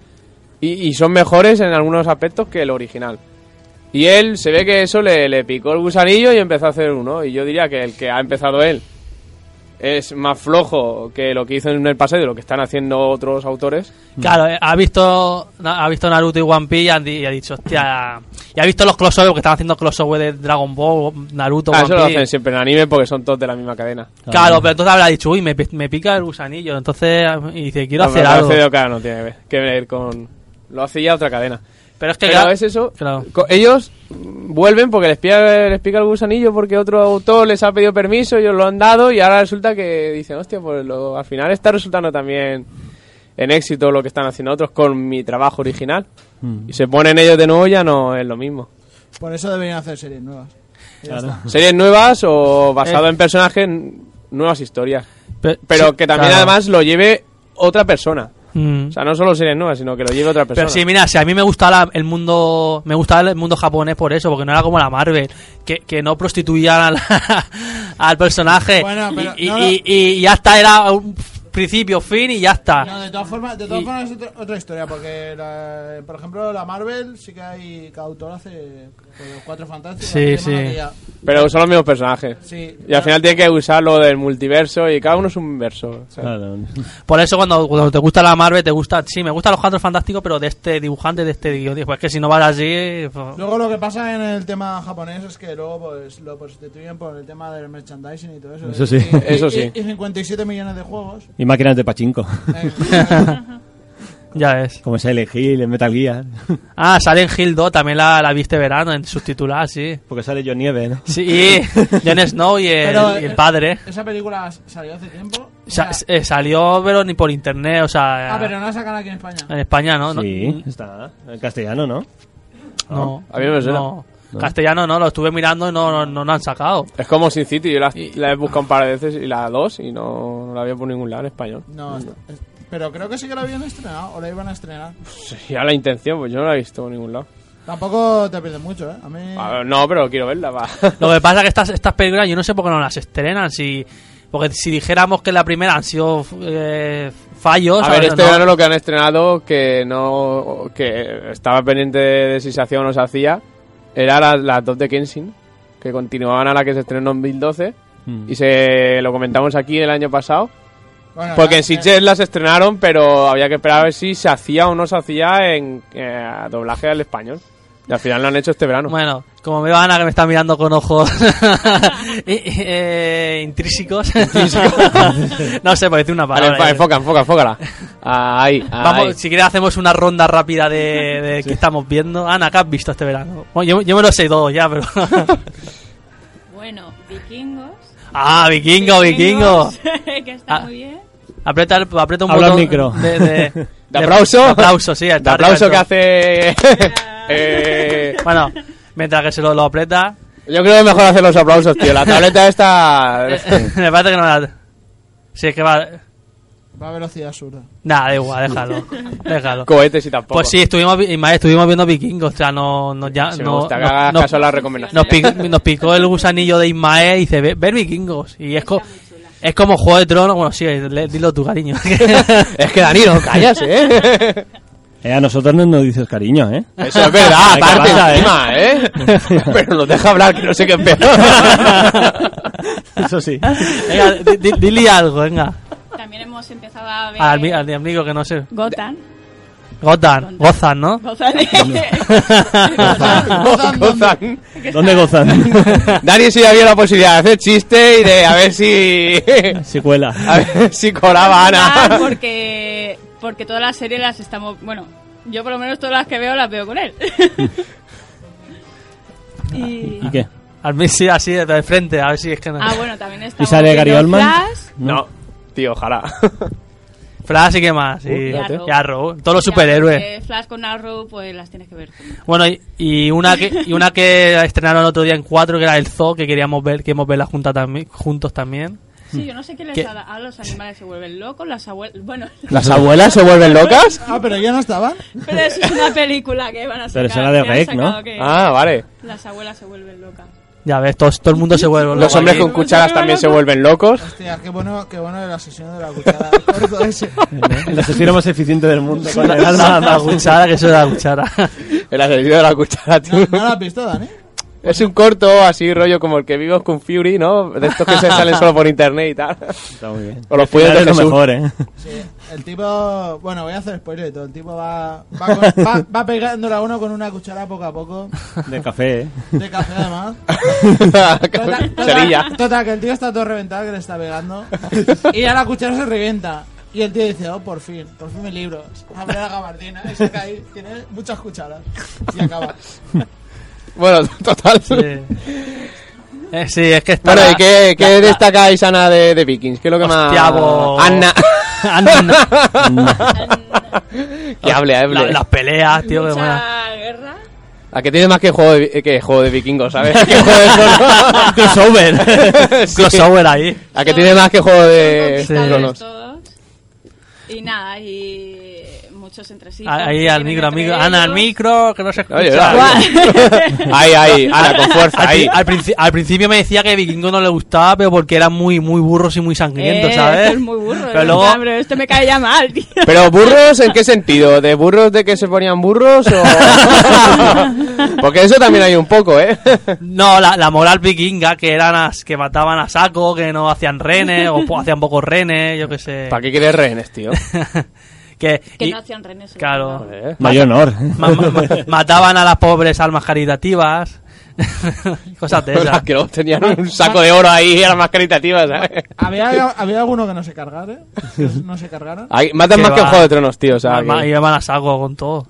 C: y, y son mejores en algunos aspectos que el original. Y él se ve que eso le, le picó el gusanillo y empezó a hacer uno. Y yo diría que el que ha empezado él es más flojo que lo que hizo en el pasado y lo que están haciendo otros autores.
B: Claro, eh, ha visto, ha visto Naruto y One Piece y ha di- y ha dicho, hostia. Y ha visto los crossover, que están haciendo crossover de Dragon Ball, Naruto,
C: Ah,
B: One
C: eso lo
B: Piece.
C: hacen siempre en anime porque son todos de la misma cadena.
B: Claro, pero entonces habrá dicho, uy, me, pi- me pica el gusanillo. Entonces, y dice, quiero
C: No,
B: hacer
C: pero
B: algo.
C: Alfredo, claro, no tiene que ver- que ver con... Lo hace ya otra cadena.
B: Pero es que,
C: Pero
B: claro,
C: es eso.
B: claro.
C: Co- Ellos mm, vuelven porque les pica, les pica el gusanillo porque otro autor les ha pedido permiso, ellos lo han dado y ahora resulta que dicen, hostia, pues lo- al final está resultando también en éxito lo que están haciendo otros con mi trabajo original.
B: Mm.
C: Y se ponen ellos de nuevo ya no es lo mismo.
G: Por eso deberían hacer series nuevas. Y ya
B: Mm.
G: está.
C: Series nuevas o basado en personajes, n- nuevas historias.
B: Pe-
C: Pero
B: Eh. sí,
C: que también
B: claro.
C: además lo lleve otra persona.
B: Mm.
C: O sea, no solo series nuevas, sino que lo lleve otra persona.
B: Pero sí, mira, si a mí me gustaba el mundo, me gustaba el mundo japonés por eso, porque no era como la Marvel, que, que no prostituían al, al personaje
G: Bueno, pero
B: y, y-
G: no, no.
B: y- y- y hasta era un- principio, fin y ya está.
G: No, de todas formas, de todas
B: Y-
G: formas es otra, otra historia, porque la- por ejemplo la Marvel sí que hay, cada autor hace pues, los cuatro fantásticos.
B: Sí,
G: la
B: sí.
G: monarquía.
C: Pero son los mismos personajes.
G: Sí,
C: Y al final tiene que usar lo del multiverso y cada uno es un verso. ¿sabes?
D: Claro.
B: Por eso cuando, cuando te gusta la Marvel, te gusta, sí, me gustan los cuatro fantásticos, pero de este dibujante, de este guionista. Pues es que si no vas así... pues-
G: Luego lo que pasa en el tema japonés es que luego pues lo prostituyen por el tema del merchandising y todo eso.
D: Eso sí.
G: Y- y-
C: Eso sí.
G: Y, y 57 millones de juegos.
D: Y máquinas de pachinko.
G: Eh,
B: ya ves.
D: Como Silent Hill, en Metal Gear.
B: Ah, Silent Hill 2 también la, la viste verano en subtitular, sí.
D: Porque sale John Nieve, ¿no?
B: Sí, y Jon Snow y el,
G: Pero, eh,
B: y el padre.
G: esa película salió hace tiempo. O
B: Sa-
G: sea,
B: eh, salió, pero ni por internet, o sea...
G: ah, pero no la sacan aquí en España.
B: En España, ¿no? No-
D: Sí, está. En castellano, ¿no?
B: No.
C: A mí no me suena.
B: no. Castellano no, lo estuve mirando y no, no, no lo han sacado.
C: Es como Sin City, yo la, la he buscado un par de veces y la dos y no, no la había por ningún lado en español.
G: No, es- es- pero creo que sí que la habían estrenado o la iban a estrenar.
C: Sería la intención, pues yo no la he visto por ningún lado.
G: Tampoco te pierdes mucho, ¿eh? A mí...
C: A ver, no, pero quiero verla, va.
B: Lo que pasa es que estas, estas películas yo no sé por qué no las estrenan. Si, porque si dijéramos que la primera han sido eh, fallos.
C: A
B: ¿sabes?
C: ver, este
B: No.
C: verano lo que han estrenado, que no que estaba pendiente de si se hacía o no se hacía, era la- las dos de Kenshin, que continuaban a la que se estrenó en 2012.
D: Mm.
C: Y se lo comentamos aquí el año pasado.
G: Bueno,
C: Porque
G: la-
C: en Sitges las estrenaron, pero había que esperar a ver si se hacía o no se hacía en eh, doblaje al español. Y al final lo han hecho este verano.
B: Bueno, como veo a Ana que me está mirando con ojos eh, eh, intrínsecos. no sé, por decir una
C: A ver,
B: palabra.
C: enfa- enfoca, enfoca, enfócala. Ahí, ahí.
B: Vamos, si quieres hacemos una ronda rápida de, de qué estamos viendo. Ana, ¿qué has visto este verano? Bueno, yo, yo me lo sé todo ya, pero...
H: Bueno, vikingos.
B: ah, vikingo, vikingo.
H: que está
B: Ah.
H: muy bien.
B: Aprieta, el- aprieta un
D: Habla al
B: botón
D: micro.
B: De, de-
C: De aplauso.
B: de aplauso, sí.
C: De
B: está
C: aplauso que
B: arriba
C: hace. eh,
B: el todo. Bueno, mientras que se lo, lo aprieta...
C: yo creo que mejor hacer los aplausos, tío. La tableta esta.
B: me parece que no la... Sí, es que va...
G: Va a velocidad absurda.
B: Nada, da igual, déjalo. Déjalo.
C: Cohetes y tampoco.
B: Pues sí, estuvimos, vi- Ismael, estuvimos viendo vikingos, o sea, no, no, ya,
C: Si me
B: no,
C: gusta que
B: no-
C: hagas
B: no-
C: caso a las recomendaciones.
B: nos, picó, nos picó el gusanillo de Ismael y dice, "Ve- ver vikingos. Y es, co- es como Juego de Tronos, bueno, sí, le- dilo tú, cariño.
C: Es que Danilo, cállase, ¿eh?
D: Eh, a nosotros no nos dices cariño, ¿eh?
C: Eso es verdad,
D: Hay que
C: aparte
D: hablar, ¿eh?
C: encima, ¿eh? Pero nos deja hablar, que no sé qué es peor.
D: Eso sí.
B: venga, di- di- dile algo, venga.
H: También hemos empezado a ver
B: Al, mi- al amigo que no sé.
H: Gotham.
B: Gotham, Gozan, ¿no?
H: Gotham.
G: Gozan,
C: Gozan.
D: ¿Dónde gozan?
C: Dani sí había la posibilidad de hacer chiste y de a ver si.
D: Secuela.
C: A ver si colaba
H: Ah,
C: Ana.
H: porque, porque todas las series las estamos... Bueno, yo por lo menos todas las que veo las veo con él. y,
D: ¿Y qué?
B: Al mí sí, así de, de frente, a ver si es que no.
H: ah, bueno, también está...
D: ¿Y sale Gary Oldman?
H: Flash,
C: No, tío, ojalá.
B: Flash y qué más. Y,
C: Uh,
H: fíjate.
B: y Arrow, todos los
H: Ya,
B: superhéroes. Hmm.
H: porque eh, Flash con Arrow, pues las tienes que ver.
B: Bueno, y, y una que y una que estrenaron el otro día en 4, que era el Zoo, que queríamos ver, que hemos ver la junta también, juntos también.
H: Sí, yo no sé qué les
B: ¿Qué?
H: ha dado. A los animales se vuelven locos, las abuelas... Bueno,
C: ¿Las abuelas se vuelven locas?
G: Ah, pero ya no estaban.
H: pero eso es una película que van a sacar.
D: Pero esa es la de
H: que han
D: Rec, ¿no?
H: sacado que
C: Ah, vale.
H: Las abuelas se vuelven locas.
B: Ya ves, todos, todo el mundo se vuelve
C: Los
B: loco
C: hombres
B: allí.
C: con cucharas también se vuelven locos.
G: Hostia, qué bueno, qué bueno de la sesión de la cuchara. El corto ese.
D: El asesino más eficiente del mundo. con el
B: La, la-
D: alma.
B: la cuchara, que eso era la cuchara.
C: El asesino de la cuchara,
G: ¿No,
C: tío.
G: no la has visto, Dani?
C: Es un corto así, rollo como el que vimos con Fury, ¿no? De estos que se salen solo por internet y tal.
D: Está muy bien.
C: O los puños de
D: Claro, es
C: Jesús.
D: lo mejor, ¿eh?
G: Sí. El tipo... Bueno, voy a hacer spoiler y todo. El tipo va, va, con- va, va pegándola a uno con una cuchara poco a poco.
D: De café, ¿eh?
G: De café, además. Total, total-
C: Sevilla.
G: total, que el tío está todo reventado, que le está pegando. Y ya la cuchara se revienta. Y el tío dice, oh, por fin, por fin me libro. Abre la gabardina y saca ahí. Tiene muchas cucharas. Y acaba.
C: Bueno, total.
B: Sí. Eh, sí, es que está.
C: Bueno,
B: la-
C: ¿y qué, qué
B: la- la-
C: destacáis, Ana, de, de Vikings? ¿Qué es lo que
B: Hostia,
C: más...?
B: bo-
C: Ana.
B: Ah, Ana,
C: que hable, hable.
B: la- las peleas, tío, que buena.
H: Mucha guerra.
C: ¿A que tiene más que juego de, vi- que juego de vikingos, sabes? que juego de
D: Un crossover.
C: Sí.
B: Crossover ahí.
C: ¿A
B: Eh,
C: que tiene más que juego de
H: Conquistadores
C: tronos?
H: todos. Y nada, y muchos entre sí.
B: Ahí
H: también
B: al
H: tienen
B: micro,
H: entre
B: amigo.
H: ellos.
B: Ana, al micro, que no se escucha.
C: Oye, ahora, ahí, ahí, Ana, con fuerza,
B: Al,
C: ahí.
B: pri- al princi- al principio me decía que Vikingo no le gustaba, pero porque eran muy, muy burros y muy sangrientos,
H: Eh,
B: ¿sabes?
H: esto es muy burro. ¿eh?
B: Pero
H: en
B: luego,
H: plan, pero esto me cae ya mal, tío.
C: Pero burros, ¿en qué sentido? ¿De burros de que se ponían burros o...? Porque eso también hay un poco, ¿eh?
B: no, la, la moral vikinga, que eran as- que mataban a saco, que no hacían renes, o po- hacían pocos renes, yo qué sé.
C: ¿Para qué quieres rehenes, tío?
B: que
H: Que
B: y-
H: no hacían renes.
B: Claro.
C: Joder.
D: Mayor honor. ¿eh?
B: ma- ma- ma- mataban a las pobres almas caritativas. Cosas de
C: Las
B: esas.
C: que luego tenían un saco de oro ahí, eran más caritativas, ¿sabes?
G: Había, había alguno que no se cargara, ¿eh? Que No se cargaron.
C: Ahí, matan
B: Que
C: más que en
B: va.
C: Juego de Tronos, tío, o sea...
B: Ma- ma-
C: que-
B: Y van a saco con todo.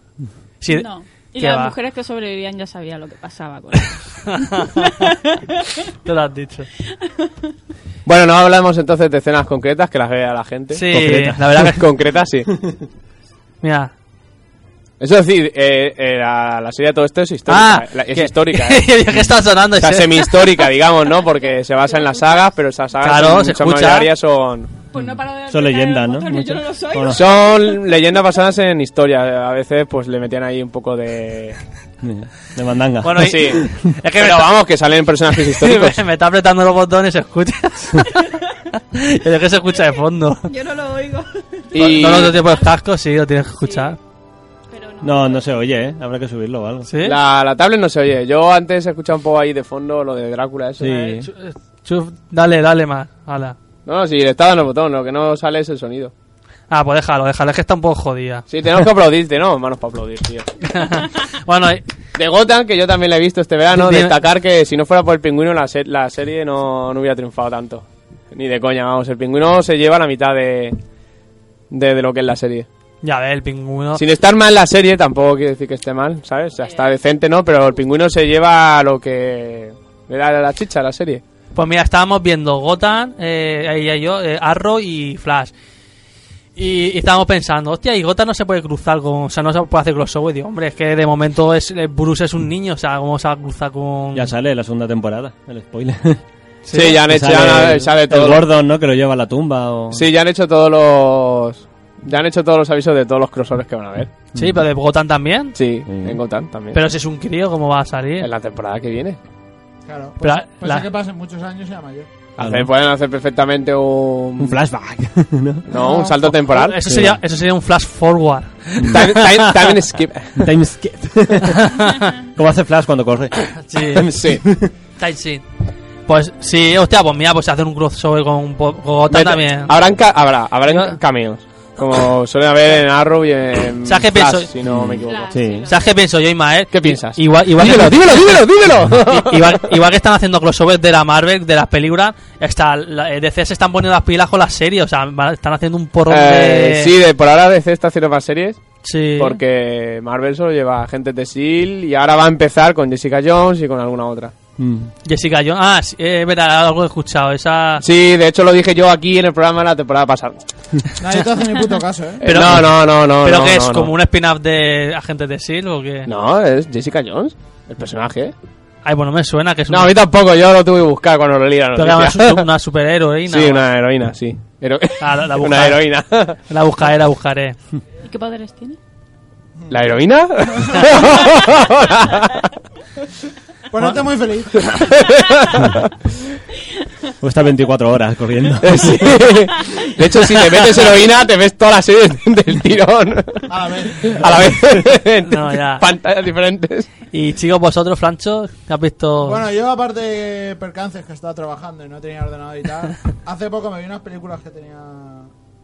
B: Sí,
H: No. Y
B: ¿qué
H: las
B: va?
H: mujeres que sobrevivían ya sabía lo que pasaba con ellos.
B: Te lo has dicho.
C: Bueno, no hablamos entonces de escenas concretas que las vea la gente.
B: Sí,
C: Concretas.
B: la verdad que-
C: Concretas, sí.
B: Mira.
C: Eso es decir, eh, eh, la, la serie de todo esto es histórica.
B: Ah,
C: La- es
B: que-
C: histórica, ¿eh?
B: que está sonando.
C: O sea,
B: ese-
C: semi-histórica, digamos, ¿no? Porque se basa en las sagas, pero esas sagas
B: Claro,
C: en
B: se
C: mucha
B: escucha.
C: mayoría son...
H: Pues no paro de
D: Son
H: apretar el
D: leyendas, ¿no?
H: botón y Yo no lo
D: Muchas.
H: soy.
D: Bueno.
C: Son leyendas basadas en historia. A veces, pues le metían ahí un poco de.
D: De mandanga.
B: Bueno, y-
C: sí.
B: es que me
C: Pero
B: está-
C: vamos, que salen personajes históricos.
B: me, me está apretando los botones y se escucha. Yo creo que se escucha de fondo.
H: Yo no lo oigo.
C: y
B: Todos los tipos de cascos, sí, lo tienes que escuchar.
H: Pero no.
D: No, no se oye, ¿eh? Habrá que subirlo o algo.
B: ¿Sí?
C: la, la tablet no se oye. Yo antes escuchaba un poco ahí de fondo lo de Drácula, eso.
D: Sí.
B: Chu- eh, chuf, dale, dale más. Hala.
C: No, no, si le está dando el botón, lo que no sale es el sonido.
B: Ah, pues déjalo, déjalo. Es que está un poco jodida.
C: Sí, tenemos que aplaudirte, ¿no? Manos para aplaudir, tío.
B: Bueno, y-
C: De Gotham, que yo también la he visto este verano,
B: Dime.
C: destacar que si no fuera por el pingüino, la, se- la serie no, no hubiera triunfado tanto. Ni de coña, vamos. El pingüino se lleva la mitad de, de, de lo que es la serie.
B: ya ves, el pingüino.
C: Sin estar mal la serie, tampoco quiere decir que esté mal, ¿sabes? O sea, está decente, ¿no? Pero el pingüino se lleva lo que le da la chicha a la serie.
B: Pues mira, estábamos viendo Gotham, eh, ella y yo, eh, Arrow y Flash. Y, y estábamos pensando, hostia, y Gotham no se puede cruzar con. O sea, no se puede hacer crossover. Y digo, hombre, es que de momento es, eh, Bruce es un niño, o sea, ¿cómo se va a cruzar con.
D: Ya sale la segunda temporada, el spoiler.
C: Sí, ya han hecho,
D: sale,
C: ya han-
D: el-
C: sale
D: El
C: todo.
D: Gordon, ¿no? Que lo lleva a la tumba o...
C: Sí, ya han hecho todos los. Ya han hecho todos los avisos de todos los crossovers que van a haber.
B: Sí, pero de Gotham también.
C: Sí,
D: Mm.
C: en Gotham también.
B: Pero si es un crío, ¿cómo va a salir?
C: En la temporada que viene.
G: Claro. Pues,
B: Pero la-
G: pues
B: la-
G: es que pasen muchos años y a mayor.
B: Ah,
D: Claro.
C: Hacer- pueden hacer perfectamente un.
D: Un flashback, ¿no?
C: No, un salto temporal.
B: pues, Eso sería, eso sería un flash forward.
C: Time, time- time skip.
D: Time skip. Como hace Flash cuando corre.
B: Sí.
C: Sí.
B: Time Sheet. Pues sí, hostia, pues mira, pues hacer un crossover con, Bo- con Gotham
C: Mete-
B: también.
C: Habrán ca- habrá, habrán
B: Yo-
C: cameos. Como suele haber en Arrow y en.
B: ¿Sabes qué
C: Flash,
B: pienso?
C: Si no me equivoco.
H: Claro,
D: Sí.
H: lo-
B: ¿Sabes qué pienso yo, Ismael?
C: ¿Qué piensas?
B: Igual, igual,
C: dímelo,
B: que,
C: dímelo, dímelo, dímelo.
B: igual, igual que están haciendo crossovers de la Marvel, de las películas, está, la, eh, DC se están poniendo las pilas con las series, o sea, va- están haciendo un porro
C: Eh,
B: de...
C: sí, de, por ahora DC está haciendo más series
B: Sí.
C: porque Marvel solo lleva gente de S.H.I.E.L.D. E y ahora va a empezar con Jessica Jones y con alguna otra.
D: Mm.
B: Jessica Jones. Ah, sí, eh, es verdad, algo he escuchado. Esa...
C: Sí, de hecho lo dije yo aquí en el programa la temporada pasada.
G: Nadie te hace ni puto caso, ¿eh?
C: Eh,
B: Pero-
C: no, no, no, no.
B: ¿Pero
C: no,
B: que es?
C: no,
B: ¿Como
C: no.
B: un spin-off de Agentes de S.H.I.E.L.D. o qué?
C: No, es Jessica Jones, el personaje.
B: Ay, bueno, me suena que es
C: No, a
B: una,
C: mí tampoco, yo lo tuve que buscar cuando lo leí la
B: pero que era una,
C: noticia.
B: su- una superheroína.
C: Sí,
B: o-
C: una heroína, sí. Hero-
B: Ah, la- la
C: una
B: buscar.
C: heroína.
B: La buscaré, la buscaré.
H: ¿Y qué poderes tiene?
C: ¿La heroína?
G: Ponerte este muy feliz.
D: O está 24 horas corriendo.
C: Sí. De hecho, si te metes heroína, te ves toda la serie del tirón.
G: A ver.
C: A la vez.
B: Ah. No, ya.
C: Pantallas diferentes.
B: Y chicos, vosotros, Francho, ¿qué has visto?
G: Bueno, yo aparte de percances que estaba trabajando y no tenía ordenador y tal, hace poco me vi unas películas que tenía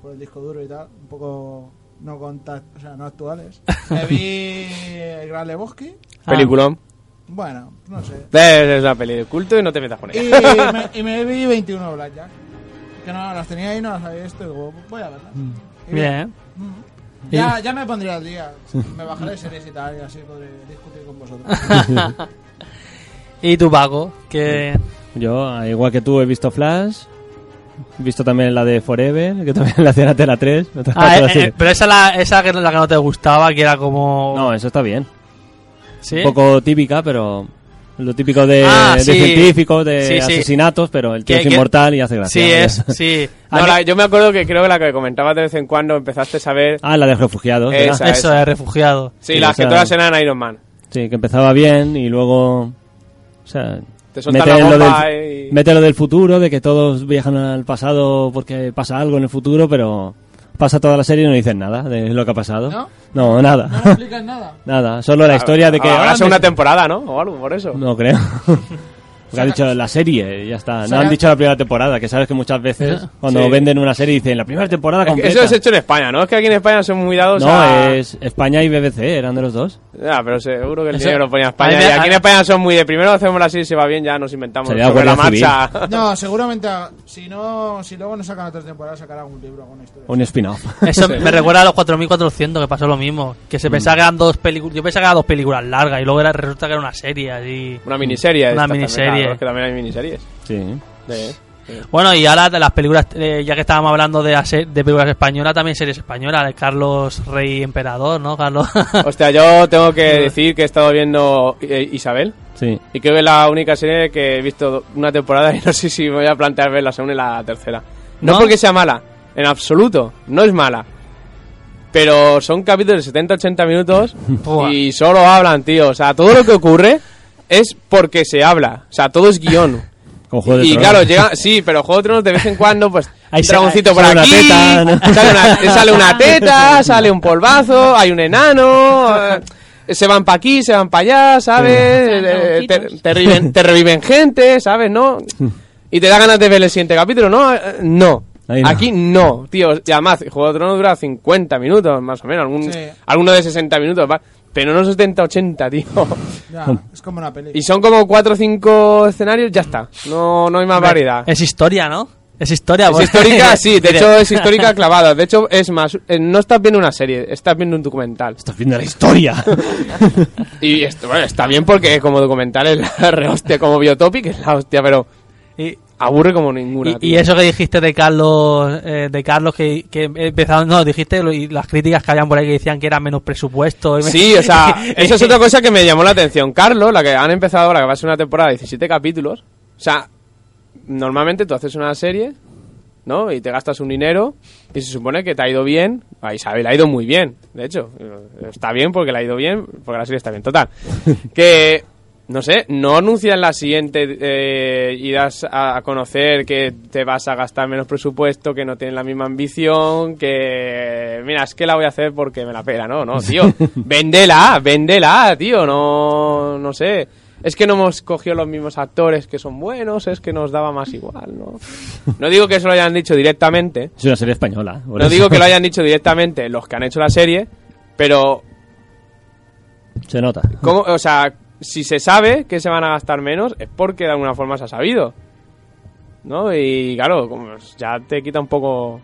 G: por el disco duro y tal, un poco no contact, o sea, no actuales. Me vi El Gran Lebowski,
B: Ah,
C: Peliculón. Eh,
G: bueno, no sé.
C: Es una peli de culto y no te metas con
G: Y
C: ella.
G: me, y me vi 21 Blackjack. Que no, las tenía ahí, no las había visto y digo, voy a verlas. Y
B: Bien.
G: Ya, ya me pondría al día. Me bajaré series y tal y así podré discutir con vosotros.
B: Y tu vago, que
C: Mm.
D: Yo, al igual que tú, he visto Flash. He visto también la de Forever, que también la hacían a Tela 3. otra-
B: Ah,
D: otra
B: eh,
D: serie.
B: eh, pero esa la, esa que, la que no te gustaba, que era como
D: No, eso está bien.
B: ¿Sí?
D: Un poco típica, pero... Lo típico de,
B: Ah,
D: de
B: sí.
D: científicos, de
B: Sí, sí.
D: asesinatos, pero el tío
B: Que-
D: es
B: que-
D: inmortal y hace gracia.
B: Sí, es, sí. A
D: Ah,
C: No,
B: mí-
C: la- yo me acuerdo que creo que la que comentabas de vez en cuando empezaste a saber.
D: Ah, la de refugiados. ¿verdad?
C: Esa.
B: eso es refugiado.
C: sí,
D: sí,
C: las
D: o sea-
C: que todas eran Iron Man.
D: Sí, que empezaba bien y luego... O sea,
C: Te soltan la
D: lo
C: bomba
D: del,
C: y-
D: mete lo del futuro, de que todos viajan al pasado porque pasa algo en el futuro, pero pasa toda la serie y no dicen nada de lo que ha pasado.
G: ¿No?
D: No, nada.
G: No me explicas nada.
D: nada, solo la historia de que...
C: Ahora
D: ah,
C: hace
D: me-
C: una temporada, ¿no? O algo por eso.
D: No creo. Porque han dicho la serie, ya está. No
G: Saca-
D: han dicho la primera temporada, que sabes que muchas
G: Ah.
D: veces cuando
C: Sí.
D: venden una serie dicen la primera temporada
C: Es que
D: completa.
C: eso es hecho en España, ¿no? Es que aquí en España son muy dados
D: No,
C: a...
D: es España y BBC, eran de los dos.
C: Ah, pero seguro que el
B: Eso-
C: dinero lo ponía
B: A
C: España.
B: mí me-
C: Y aquí en España son muy de primero hacemos la serie, si va bien ya nos inventamos
D: Sería
C: sobre la
D: Guardia
C: marcha.
G: No, seguramente a- si no, si luego no sacan otra temporada sacarán un libro, alguna historia.
D: Un spin-off.
B: Eso me recuerda a los 4400, que pasó lo mismo. Que
C: Mm.
B: se pensaba que eran dos películas. Yo pensaba que eran dos películas largas y luego era- resulta que era una serie así.
C: Una miniserie.
B: Una
C: esta también,
B: miniserie.
C: claro, es que también hay miniseries.
D: sí.
C: Sí.
B: Bueno, y ahora de las películas, eh, ya que estábamos hablando de, la se- de películas españolas, también series españolas, de Carlos Rey Emperador, ¿no? Carlos.
C: Hostia, yo tengo que decir que he estado viendo eh, Isabel.
D: Sí.
C: Y creo que es la única serie que he visto una temporada y no sé si me voy a plantear ver la segunda y la tercera. No,
B: ¿No?
C: porque sea mala, en absoluto, no es mala. Pero son capítulos de 70-80 minutos
B: Buah.
C: y solo hablan, tío. O sea, todo lo que ocurre es porque se habla. O sea, todo es guión.
D: Con Juego de
C: y
D: Tronos.
C: claro, llega, sí, pero Juego de Tronos de vez en cuando, pues,
D: Ahí
C: un
D: sale-
C: dragoncito por
D: sale una
C: aquí,
D: teta, ¿no?
C: sale, una, sale una teta, sale un polvazo, hay un enano, eh, se van para aquí, se van para allá, ¿sabes? Eh, te,
H: dragoncitos.
C: te reviven, te reviven gente, ¿sabes? ¿No? Y te da ganas de ver el siguiente capítulo, ¿no? Eh, No.
D: Ahí no.
C: Aquí no, tío. Y además, Juego de Tronos dura 50 minutos, más o menos. Algún,
G: Sí.
C: Alguno de 60 minutos, va. Pero no 70, 80, tío.
G: Ya, es como una peli.
C: Y son como cuatro o cinco escenarios, ya está. No, no hay más variedad.
B: Es historia, ¿no? Es historia. pues.
C: Es
B: porque-
C: histórica, sí, de
B: Mira,
C: hecho es histórica clavada. De hecho, es más, eh, no estás viendo una serie, estás viendo un documental.
D: Estás viendo la historia.
C: Y esto, bueno, está bien porque como documental es la rehostia, como biotopic es la hostia, pero
B: Y,
C: aburre como ninguna.
B: y- y
C: tío.
B: eso que dijiste de Carlos, eh, de Carlos que, que empezaron, no, dijiste lo- y las críticas que habían por ahí que decían que era menos presupuesto. y me-
C: Sí, o sea, eso es otra cosa que me llamó la atención. Carlos, la que han empezado ahora, que va a ser una temporada de 17 capítulos. O sea, normalmente tú haces una serie, ¿no? Y te gastas un dinero y se supone que te ha ido bien. A Isabel ha ido muy bien, de hecho. Eh, Está bien porque le ha ido bien, porque la serie está bien. Total. Que, no sé, no anuncian la siguiente eh, y das a a conocer que te vas a gastar menos presupuesto, que no tienen la misma ambición, que... Mira, es que la voy a hacer porque me la pela, ¿no? No, tío. Véndela, véndela, tío. No, no sé. Es que no hemos cogido los mismos actores que son buenos, es que nos daba más igual, ¿no? No digo que eso lo hayan dicho directamente,
D: es una serie española. por
C: no
D: eso.
C: digo que lo hayan dicho directamente los que han hecho la serie, pero
D: Se nota.
C: ¿cómo- o sea, si se sabe que se van a gastar menos es porque de alguna forma se ha sabido. ¿No? Y claro, como ya te quita un poco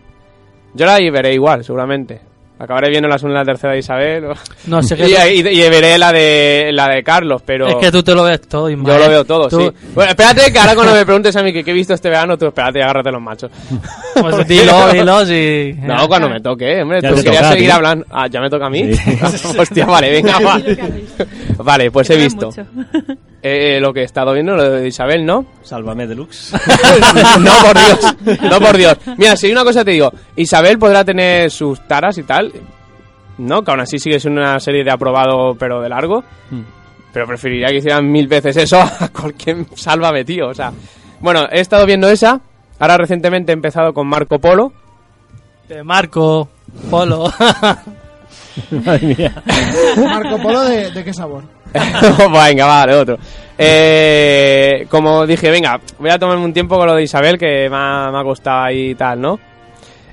C: Yo la veré igual, seguramente. Acabaré viendo la segunda y la tercera de Isabel o-
B: No sé
C: y,
B: qué.
C: y- y veré la de la de Carlos, pero
B: Es que tú te lo ves todo, Ismael.
C: yo lo veo todo,
B: Tú-
C: sí. Bueno, espérate que ahora cuando me preguntes a mí que qué he visto este verano, tú espérate, agárrate los machos.
B: Pues dilo, dilo, sí.
C: No, cuando me toque, hombre.
D: Ya
C: tú
D: te
C: querías
D: toca a
C: seguir
D: ti.
C: hablando. Ah, ya me toca a mí.
D: Sí.
C: Hostia, vale, venga, va. Vale, pues he
H: Te
C: visto.
H: mucho.
C: Eh, eh, lo que he estado viendo, lo de Isabel, ¿no?
D: Sálvame Deluxe.
C: no, por Dios. No, por Dios. Mira, si una cosa te digo, Isabel podrá tener sus taras y tal. No, que aún así sigue siendo una serie de aprobado, pero de largo.
D: Hmm.
C: Pero preferiría que hicieran mil veces eso a cualquier sálvame, tío. O sea, bueno, he estado viendo esa. Ahora recientemente he empezado con Marco Polo.
B: De Eh, Marco, Polo.
D: Madre mía.
G: Marco Polo de, de qué sabor.
C: Pues venga, vale, otro. Eh, como dije, venga, voy a tomarme un tiempo con lo de Isabel, que me ha, me ha costado ahí y tal, ¿no?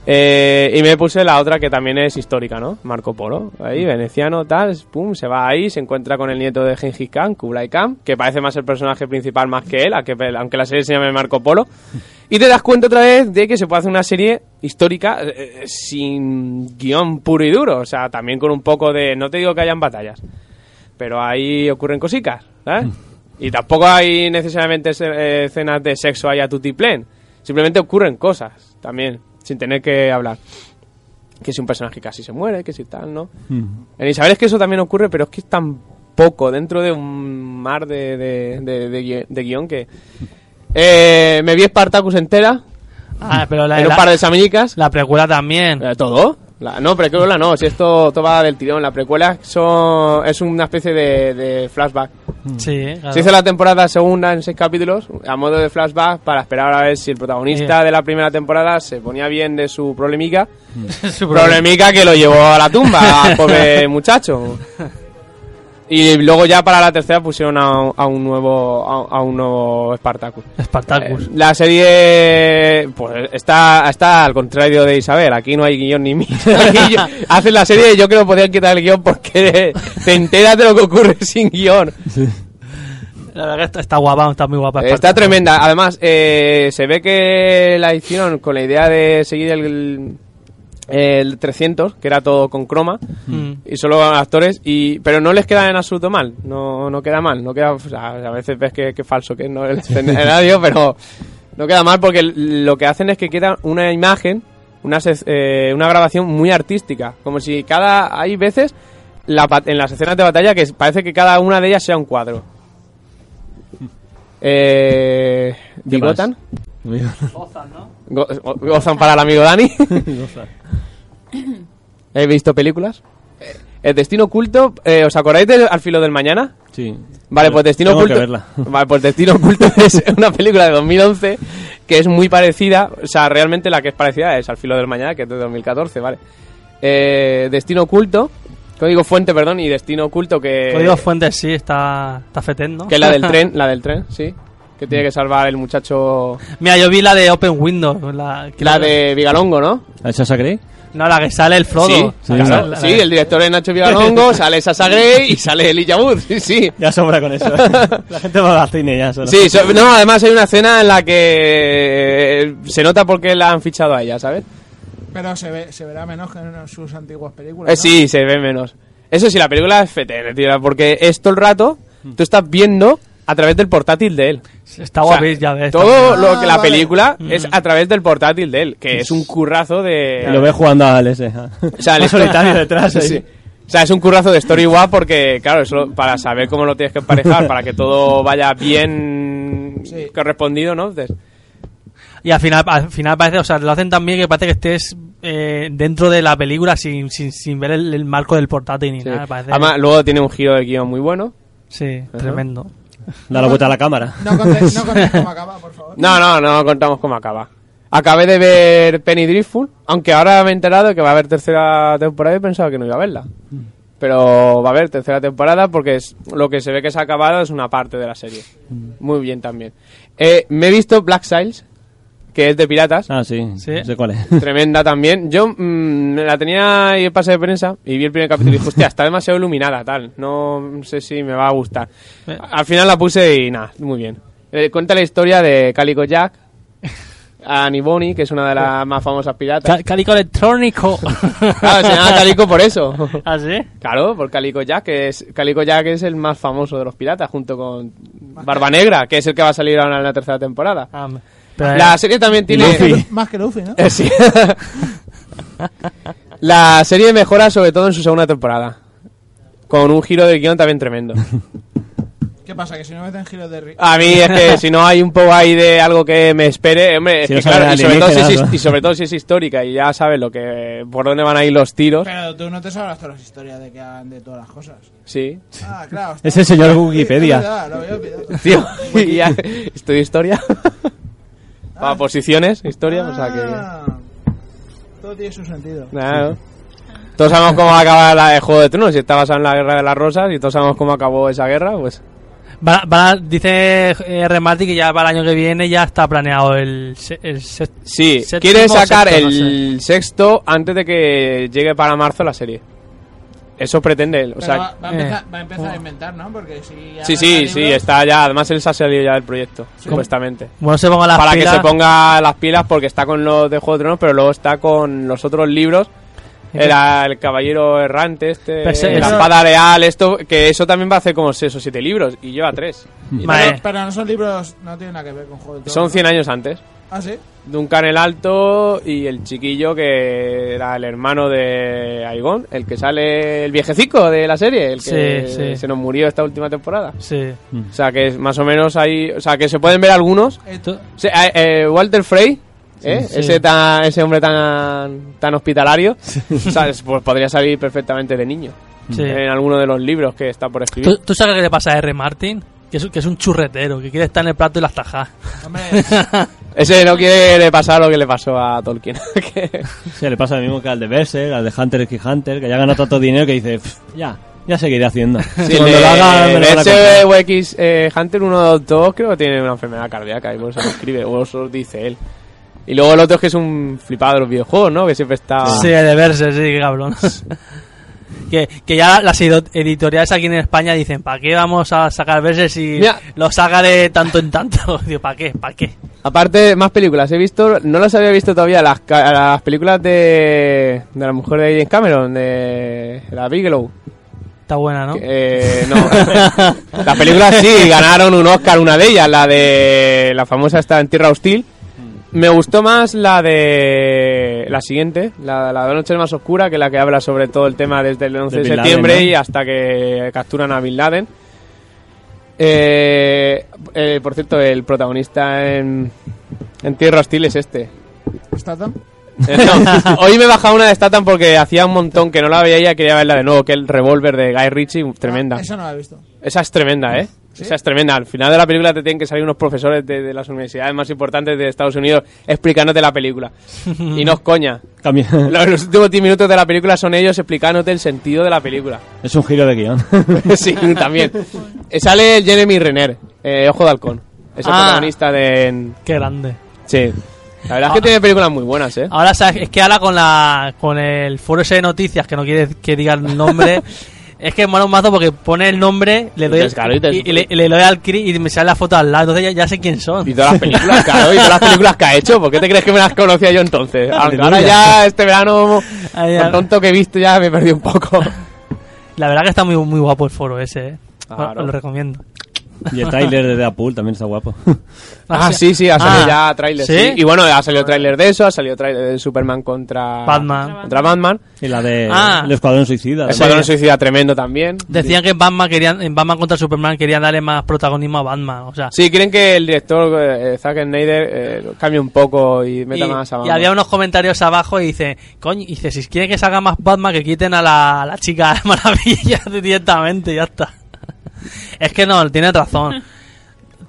C: Eh, y me puse la otra que también es histórica, ¿no? Marco Polo, ahí, veneciano, tal, pum, se va ahí, se encuentra con el nieto de Gengis Khan, Kublai Khan, que parece más el personaje principal más que él, a que- aunque la serie se llame Marco Polo. Y te das cuenta otra vez de que se puede hacer una serie histórica eh, eh, sin guión puro y duro, o sea, también con un poco de... No te digo que hayan batallas, pero ahí ocurren cositas,
B: Hmm.
C: ¿sabes? Y tampoco hay necesariamente eh, escenas de sexo ahí a tutiplén. Simplemente ocurren cosas también, sin tener que hablar. Que si un personaje casi se muere, que si tal, ¿no? En Isabel es que eso también ocurre, pero es que es tan poco dentro de un mar de, de, de- de gui- de guión que... Eh, me vi Spartacus entera,
B: Ah, pero la,
C: en un
B: la,
C: par de semanicas.
B: la precuela también.
C: Eh, ¿Todo? La- no, precuela no, si esto todo va del tirón. La precuela son, es una especie de, de flashback.
B: Sí, eh, claro.
C: Se hizo la temporada segunda en seis capítulos, a modo de flashback, para esperar a ver si el protagonista
B: Sí.
C: de la primera temporada se ponía bien de su problemica.
B: Su problema.
C: Problemica que lo llevó a la tumba, al pobre muchacho. Y luego ya para la tercera pusieron a, a un nuevo a, a un nuevo Spartacus.
B: Spartacus.
C: Eh, La serie pues está, está al contrario de Isabel, aquí no hay guión ni mierda. Aquí yo- Hacen la serie y yo creo que podrían quitar el guión porque te enteras de lo que ocurre sin guión.
B: La verdad que está, está guapa, está muy guapa.
C: Está
B: Spartacus.
C: tremenda. Además, eh, se ve que la hicieron con la idea de seguir el, el 300, que era todo con croma,
B: Mm.
C: y solo actores, y pero no les queda en absoluto mal. No, no queda mal. no queda o sea, A veces ves que, que falso que es no el escenario, pero no queda mal porque lo que hacen es que queda una imagen, una, sec- eh, una grabación muy artística. Como si cada... Hay veces la pa- en las escenas de batalla que parece que cada una de ellas sea un cuadro. Eh,
D: ¿Qué más?
C: ¿Bigotan? Go- o- Gozan para el amigo Dani. He visto películas. Eh, El Destino Oculto, eh, ¿os acordáis del Al Filo del Mañana?
D: Sí.
C: Vale, pues Destino
D: Tengo
C: Oculto.
D: que verla.
C: Vale, pues Destino Oculto es una película de 2011 que es muy parecida. O sea, realmente la que es parecida es Al Filo del Mañana, que es de 2014, vale. Eh, Destino Oculto, Código Fuente, perdón, y Destino Oculto que.
B: Código Fuentes, sí, está, está fetén, ¿no?
C: Eh. Que es la del tren, la del tren, sí. Que tiene que salvar el muchacho.
B: Mira, yo vi la de Open Windows. La,
C: La de Vigalongo, ¿no?
D: ¿A Sasha Grey?
B: No, la que sale el Frodo.
C: Sí,
B: La que
C: claro.
B: sale- la-
C: Sí, el director es Nacho Vigalongo, sale Sasa Grey y sale Elijah Wood, sí, sí.
D: Ya sobra con eso. la gente va al cine ya solo.
C: Sí, so- no, además hay una escena en la que eh, se nota por qué la han fichado a ella, ¿sabes?
G: Pero se, ve, se verá menos que en sus antiguas películas.
C: Eh,
G: ¿no?
C: sí, se ve menos. Eso sí, la película es fetén, tío, porque es todo el rato, tú estás viendo a través del portátil de él.
B: Hmm. Está
C: O sea,
B: guapísima, ya ves.
C: Todo
G: Ah,
C: lo que la
G: vale.
C: película
B: Mm.
C: es a través del portátil de él, que es un currazo de...
D: Y Lo ve jugando al ese.
C: O sea,
D: Va
C: el
D: solitario detrás. ahí.
C: Sí. O sea, es un currazo de story guap porque, claro, eso para saber cómo lo tienes que emparejar, para que todo vaya bien
G: Sí.
C: correspondido, ¿no? Entonces,
B: Y al final, al final parece, o sea, lo hacen tan bien que parece que estés eh, dentro de la película sin, sin, sin ver el, el marco del portátil ni
C: sí.
B: nada. Parece,
C: Además, luego tiene un giro de guión muy bueno.
B: sí, tremendo.
D: Da la vuelta a la cámara.
G: No contéis no contéis cómo acaba, por favor.
C: No, no, no contamos cómo acaba. Acabé de ver Penny Driftful, aunque ahora me he enterado de que va a haber tercera temporada y pensaba que no iba a verla. Pero va a haber tercera temporada porque es, lo que se ve que se ha acabado es una parte de la serie. Muy bien también. Eh, me he visto Black Sails, que es de piratas.
D: Ah, sí.
B: Sí.
D: No sé cuál es.
C: Tremenda también. Yo mm, me la tenía ahí en pase de prensa y vi el primer capítulo y dije, hostia, está demasiado iluminada, tal. No sé si me va a gustar.
B: Eh.
C: Al final la puse y nada, muy bien. Eh, cuenta la historia de Calico Jack, Annie Bonnie, que es una de las más famosas piratas.
B: Ca- Calico electrónico.
C: Claro, se llama Calico por eso.
B: ¿Ah, sí?
C: Claro, por Calico Jack, que es, Calico Jack es el más famoso de los piratas, junto con Barba Negra, que es el que va a salir ahora en la tercera temporada.
B: Ah, me- pero,
C: La serie también tiene...
D: Luffy.
G: Más que Luffy, ¿no?
C: Eh, sí. la serie mejora sobre todo en su segunda temporada. Con un giro de guión también tremendo.
G: ¿Qué pasa? Que si no meten giros de ri-
C: A mí es que si no hay un poco ahí de algo que me espere, hombre, es
D: Si
C: que
D: no sabe
C: claro, y sobre, todo si es,
D: alienígenas, ¿no?
C: y sobre todo si es histórica y ya sabes lo que por dónde van a ir los tiros.
G: Pero tú no te sabrás todas las historias de que hagan de todas las cosas.
C: Sí.
G: Ah, claro. está-
D: Es el señor
G: Sí, es
D: Wikipedia.
G: verdad, lo había olvidado.
C: Tío, y ya estudio historia. Para posiciones, historia, o sea que
G: Ah, Todo tiene su sentido.
C: Claro. Todos sabemos cómo acaba la de Juego de Tronos, si está basado en la Guerra de las Rosas y todos sabemos cómo acabó esa guerra, pues
B: Va- va- dice eh, Remati que ya para el año que viene ya está planeado el, se- el se-
C: Sí,
B: séptimo
C: quiere sacar
B: sexto, no sé.
C: el sexto antes de que llegue para marzo la serie. Eso pretende él. O
G: Pero
C: sea,
G: va, va a
B: eh.
G: empezar, va a empezar a inventar, ¿no? Porque si. ya
C: sí,
G: no
C: sí,
G: hay
C: sí,
G: libros-
C: está ya. Además, él se ha salido ya del proyecto, supuestamente.
B: Bueno, se ponga las
C: Para
B: pilas.
C: que se ponga las pilas, porque está con los de Juego de Tronos, pero luego está con los otros libros. Era el caballero errante, este,
B: Pero ese-
C: la
B: eso-
C: espada real, esto, que eso también va a hacer como seis o siete libros, y lleva tres.
G: Pero,
B: Mae.
G: pero no son libros, no tienen nada que ver con Juego de Tronos.
C: Son
G: ¿no?
C: 100 años antes.
G: Ah, sí.
C: Duncan el Alto y el chiquillo que era el hermano de Aigón, el que sale el viejecico de la serie, el que
B: Sí, sí.
C: se nos murió esta última temporada.
B: Sí.
C: O sea que es más o menos ahí, o sea que se pueden ver algunos.
B: Esto-
C: O sea, eh, eh, Walter Frey, ¿eh?
B: Sí, sí.
C: Ese, tan- ese hombre tan, tan hospitalario, o sea, es- pues podría salir perfectamente de niño
B: Sí.
C: en alguno de los libros que está por
B: ¿Tú,
C: escribir.
B: tú sabes qué le pasa a R. Martin? Que es, que es un churretero, que quiere estar en el plato y las tajas.
G: Hombre,
C: Ese no quiere le pasar lo que le pasó a Tolkien. que-
D: Se le pasa lo mismo que al de Berserk, al de Hunter x Hunter, que ya ganó tanto dinero que dice, "Pff, ya, ya seguiré haciendo.
C: Sí,
D: Cuando
C: el
D: lo haga, me lo van a comprar".
C: de SBX, eh, Hunter 122 creo que tiene una enfermedad cardíaca y por eso lo escribe, o eso dice él. Y luego el otro es que es un flipado de los videojuegos, ¿no? Que siempre está...
B: Sí, de verse, sí, qué cabrón. que, que ya las edo- editoriales aquí en España dicen, ¿para qué vamos a sacar verse si
C: Mira.
B: lo saca de tanto en tanto? Digo, ¿para qué? ¿Para qué?
C: Aparte, más películas. He visto, no las había visto todavía, las, ca- las películas de, de la mujer de James Cameron, de la Bigelow.
B: Está buena, ¿no?
C: Eh, no. Las películas sí, ganaron un Oscar una de ellas, la de la famosa esta en Tierra Hostil. Me gustó más la de la siguiente, la, la de Noche más oscura, que la que habla sobre todo el tema desde el 11 de,
D: De Bin Laden,
C: septiembre
D: ¿no?
C: y hasta que capturan a Bin Laden. Eh, eh, por cierto, el protagonista en, en Tierra Hostil es este.
G: Statham.
C: Eh, no, hoy me he bajado una de Statham porque hacía un montón que no la veía y ya quería verla de nuevo, que el revólver de Guy Ritchie, tremenda.
G: Ah, esa no la he visto.
C: Esa es tremenda, ¿eh? Esa es tremenda. Al final de la película te tienen que salir unos profesores de, de las universidades más importantes de Estados Unidos explicándote la película. Y no es coña.
D: Cambia-
C: Los, los últimos 10 minutos de la película son ellos explicándote el sentido de la película.
D: Es un giro de guión.
C: sí, también. Eh, Sale el Jeremy Renner, eh, Ojo de Halcón. Es el
B: Ah.
C: protagonista de...
B: Qué grande.
C: Sí. La
B: Ah.
C: verdad es que tiene películas muy buenas, ¿eh?
B: Ahora ¿sabes? es que ahora con la con el foro ese de noticias que no quiere que diga el nombre es que mola un mazo porque pone el nombre le doy
C: Entonces, claro, y te-
B: y, y le, y le doy al clic y me sale la foto al lado entonces ya, ya sé quién son
C: Y todas las películas, claro, y todas las películas que ha hecho. ¿Por qué te crees que me las conocía yo entonces? Aunque ahora ya este verano,
B: Ay,
C: con
B: ya.
C: tonto que he visto, ya me perdí un poco.
B: la verdad que está muy muy guapo el foro ese eh.
C: Claro.
B: Os lo recomiendo
D: Y el Tyler de Deadpool también está guapo.
C: Ah, sí, sí, ha salido
B: Ah,
C: ya tráiler.
B: ¿sí?
C: ¿sí? Y bueno, ha salido tráiler de eso, ha salido tráiler de Superman contra
B: Batman.
C: Contra Batman.
D: Y la de
B: Ah.
D: El Escuadrón Suicida.
C: Es
D: también.
C: un suicida tremendo también.
B: decían que en Batman querían en Batman contra Superman querían darle más protagonismo a Batman o sea
C: Sí, quieren que el director eh, Zack Snyder eh, cambie un poco y meta
B: y,
C: más a
B: y
C: Batman.
B: había unos comentarios abajo y dice, coño, y dice, si quieren que salga más Batman, que quiten a la, a la chica maravilla directamente, ya está. Es que no, tiene razón.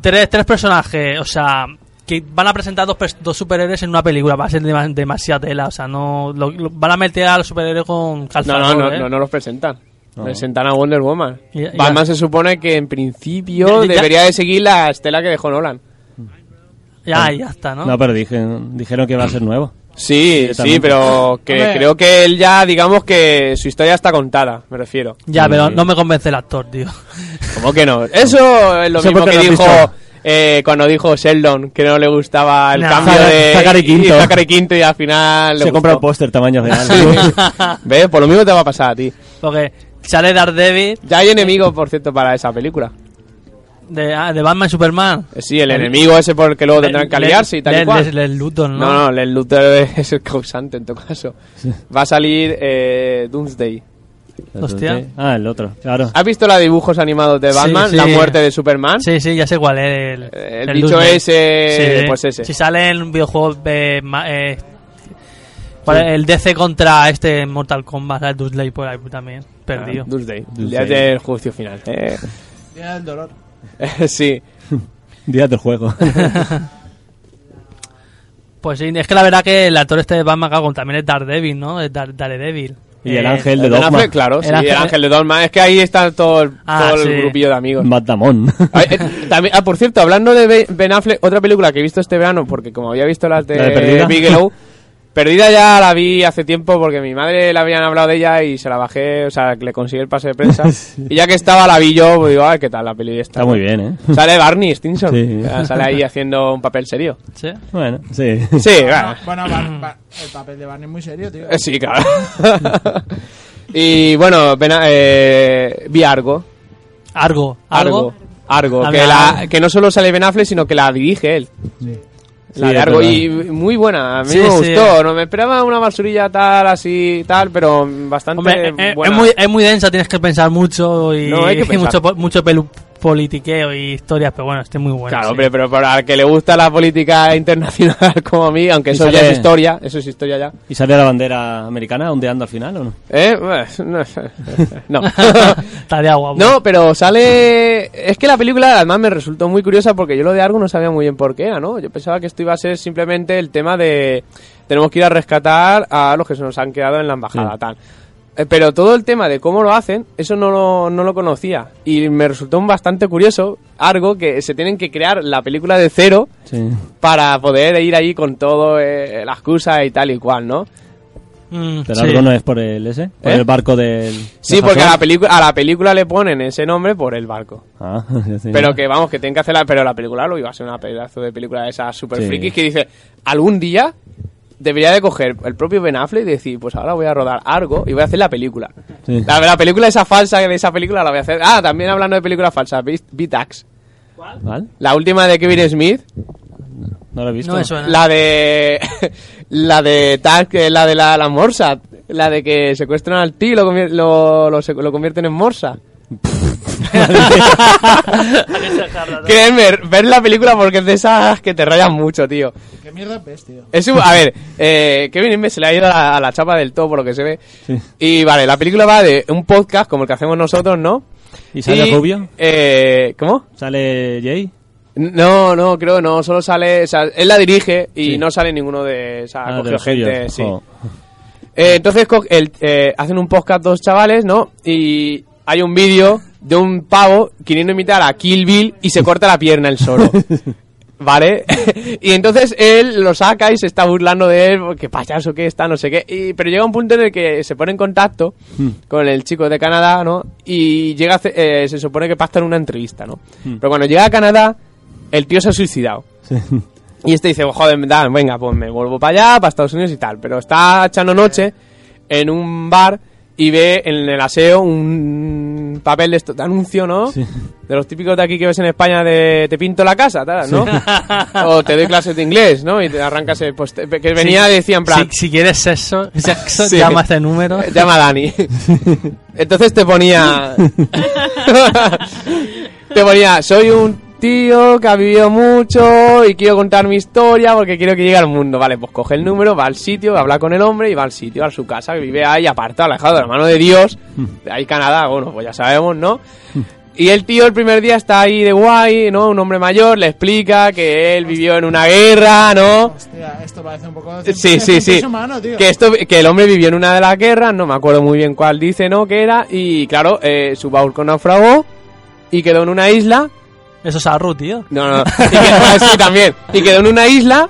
B: tres, tres personajes, o sea, que van a presentar dos, pers- dos superhéroes en una película, va a ser dema- demasiada tela, o sea, no lo- lo- van a meter a los superhéroes con
C: No,
B: calzador,
C: no, no,
B: ¿eh?
C: no, no los presentan.
D: No.
C: Presentan a Wonder Woman.
B: Y- y-
C: Batman se supone que en principio
B: Ya- ya-
C: debería de seguir la estela que dejó Nolan.
B: Ya, ya está, ¿no?
D: No, pero dije- dijeron que va a ser nuevo.
C: Sí, sí,
D: también.
C: pero que
G: Hombre.
C: creo que él ya, digamos que su historia está contada, me refiero.
B: ya, pero no me convence el actor, tío.
C: ¿Cómo que no? Eso es lo
D: Sé
C: mismo
D: por qué
C: que
D: no has
C: dijo
D: visto.
C: eh, cuando dijo Sheldon que no le gustaba el
B: Nah.
C: cambio
D: Zaca-
C: de
D: Zachary Quinto.
C: Y, Zachary Quinto y al final le
D: Se
C: gustó.
D: compra un póster tamaño real.
C: ¿Ves? Por lo mismo te va a pasar a ti.
B: Porque sale Daredevil
C: Ya hay enemigos, por cierto, para esa película.
B: de, ah, de Batman y Superman.
C: Eh, Sí, el enemigo ese por el que luego tendrán que
B: Le-
C: aliarse y tal
B: le-
C: y cual.
B: le- le- Luthor,
C: no, no, el Luthor es el causante en tu caso. Va a salir eh, Doomsday.
B: Hostia.
D: Ah, el otro, claro.
C: ¿Has visto la dibujos animados de
B: Sí,
C: Batman?
B: sí.
C: La muerte de Superman.
B: Sí, sí, ya sé cuál es el,
C: Eh, el bicho
B: Doomsday.
C: ese, pues ese.
B: Si sale en un videojuego eh, ma- eh, ¿cuál es? el DC contra este Mortal Kombat, el Doomsday por ahí también, perdido.
C: Ah, Doomsday. El día
D: Doomsday.
C: del juicio final. Eh,
G: Tiene el dolor.
C: eh, sí.
D: Días del juego.
B: Pues sí, es que la verdad que el actor este de Batman cago, también es Daredevil, ¿no? Es Dar- Daredevil.
D: y el
B: Eh,
D: ángel de
C: Ben
D: Dogma.
C: Affleck, claro, sí,
B: El
C: el
B: Ángel-
C: ángel, de Dogma. Es que ahí está todo el,
B: Ah,
C: todo el
B: sí.
C: grupillo de amigos.
D: Matt Damon.
C: Ay, eh, también- ah, por cierto, hablando de Be- Ben Affleck, otra película que he visto este verano, porque como había visto las de,
D: ¿La de Perdida?
C: Bigelow, Perdida ya la vi hace tiempo porque mi madre le habían hablado de ella y se la bajé, o sea, que le conseguí el pase de prensa. Y ya que estaba la vi yo, pues digo, ay, ¿qué tal la peli esta?
D: Está muy bien, ¿eh?
C: Sale Barney Stinson,
D: Sí.
C: O sea, sale ahí haciendo un papel serio.
B: ¿sí?
D: Bueno, sí.
C: Sí, bueno.
G: Bueno, Bar- Bar- el papel de Barney es muy serio, tío.
C: Eh, Sí, claro. y bueno, Ben- eh, vi Argo.
B: Argo, Argo.
C: Argo. Argo,
B: Habla-
C: que, la- que no solo sale Ben Affleck, sino que la dirige él. La
D: Sí, es
C: largo
D: verdad.
C: y muy buena, a mí
B: Sí,
C: me
B: sí.
C: gustó. No me esperaba una basurilla tal, así, tal, pero bastante
B: Hombre, eh, eh, es,
C: buena.
B: muy, es muy densa, tienes que pensar mucho y,
C: No, hay que
B: y
C: pensar.
B: mucho, po- mucho pelu- politiqueo y historias, pero bueno, este es muy bueno.
C: claro,
B: sí.
C: hombre, pero para el que le gusta la política internacional como a mí, aunque
D: Y
C: eso ya
D: sale-
C: es historia, eso es historia ya.
D: ¿Y sale la bandera americana ondeando al final o no?
C: ¿Eh? Bueno, No.
B: Estaría guapo.
C: No, pero sale. Es que la película además me resultó muy curiosa porque yo lo de Argo no sabía muy bien por qué era, ¿no? Yo pensaba que esto iba a ser simplemente el tema de. Tenemos que ir a rescatar a los que se nos han quedado en la embajada,
D: Sí.
C: tal. Eh, Pero todo el tema de cómo lo hacen, eso no lo, no lo conocía. Y me resultó bastante curioso, Argo, que se tienen que crear la película de cero
D: Sí.
C: para poder ir ahí con todo eh, la excusa y tal y cual, ¿no?
B: Mm,
D: Pero
B: sí.
D: algo no es por el ese, por
C: ¿Eh?
D: el barco del.
C: Sí,
D: de
C: porque a la,
D: Jason.
C: película a la película le ponen ese nombre por el barco.
D: Ah, ya sé.
C: Pero que vamos, que tienen que hacerla, pero la película lo iba a ser una pedazo de película de esas super
D: Sí.
C: frikis que dice, algún día debería de coger el propio Ben Affleck y decir, pues ahora voy a rodar algo y voy a hacer la película.
D: Sí.
C: La, la película esa falsa de esa película la voy a hacer. Ah, también hablando de películas falsas, ¿vist- V-Tax.
D: ¿Vale?
C: La última de Kevin Smith,
D: No lo he visto.
B: No me suena.
C: la de la de Tax, que es la de la, la morsa, la de que secuestran al tío y lo, convier- lo, lo secu- lo convierten en morsa. Créeme, ver la película porque es de esas que te rayan mucho, tío.
G: ¿Qué mierda ves, tío?
C: Es un- a ver, eh, Kevin Inves se le ha ido a la, a la chapa del todo por lo que se ve.
D: Sí.
C: Y vale, la película va de un podcast como el que hacemos nosotros, ¿no?
D: ¿Y sale Rubio?
C: eh, ¿Cómo?
D: ¿Sale Jay?
C: No, no, creo no, solo sale, o sea, él la dirige y
D: Sí.
C: no sale ninguno de, o sea,
D: Ah,
C: cogió
D: de los
C: gente,
D: suyos.
C: sí.
D: Jo.
C: Eh, entonces co- el- eh, hacen un podcast dos chavales, ¿no? Y hay un vídeo de un pavo queriendo imitar a Kill Bill y se corta la pierna él solo. ¿Vale? y entonces él lo saca y se está burlando de él, qué payaso que está, no sé qué. Y- pero llega un punto en el que se pone en contacto con el chico de Canadá, ¿no? Y llega a hacer- eh, se supone que pactan una entrevista, ¿no? Pero cuando llega a Canadá, el tío se ha suicidado. Y este dice, joder, da, venga, pues me vuelvo para allá, para Estados Unidos y tal. Pero está echando noche en un bar y ve en el aseo un papel de, esto, de anuncio, ¿no?
D: Sí.
C: De los típicos de aquí que ves en España de te pinto la casa, tal, ¿no? o te doy clases de inglés, ¿no? Y te arrancas, el, pues, te- que venía
B: Sí.
C: de decía en plan...
B: Si, si quieres sexo, sexo
C: Sí.
B: llama a este número.
C: Eh, Llama a Dani. Entonces te ponía. te ponía, soy un tío que ha vivido mucho y quiero contar mi historia porque quiero que llegue al mundo. Vale, pues coge el número, va al sitio, habla con el hombre y va al sitio, a su casa, que vive ahí apartado, alejado de la mano de Dios. Ahí Canadá, bueno, pues ya sabemos, ¿no? Y el tío el primer día está ahí de guay, ¿no? Un hombre mayor le explica que él vivió en una guerra, ¿no?
G: Hostia, esto parece un poco...
C: Sí, sí, sí.
G: Es humano, tío.
C: Que, esto, que el hombre vivió en una de las guerras, no me acuerdo muy bien cuál dice, ¿no? Que era, y claro, eh, su barco naufragó y quedó en una isla.
B: Eso es Arru, tío.
C: No, no, no. Y quedó, sí, también. Y quedó en una isla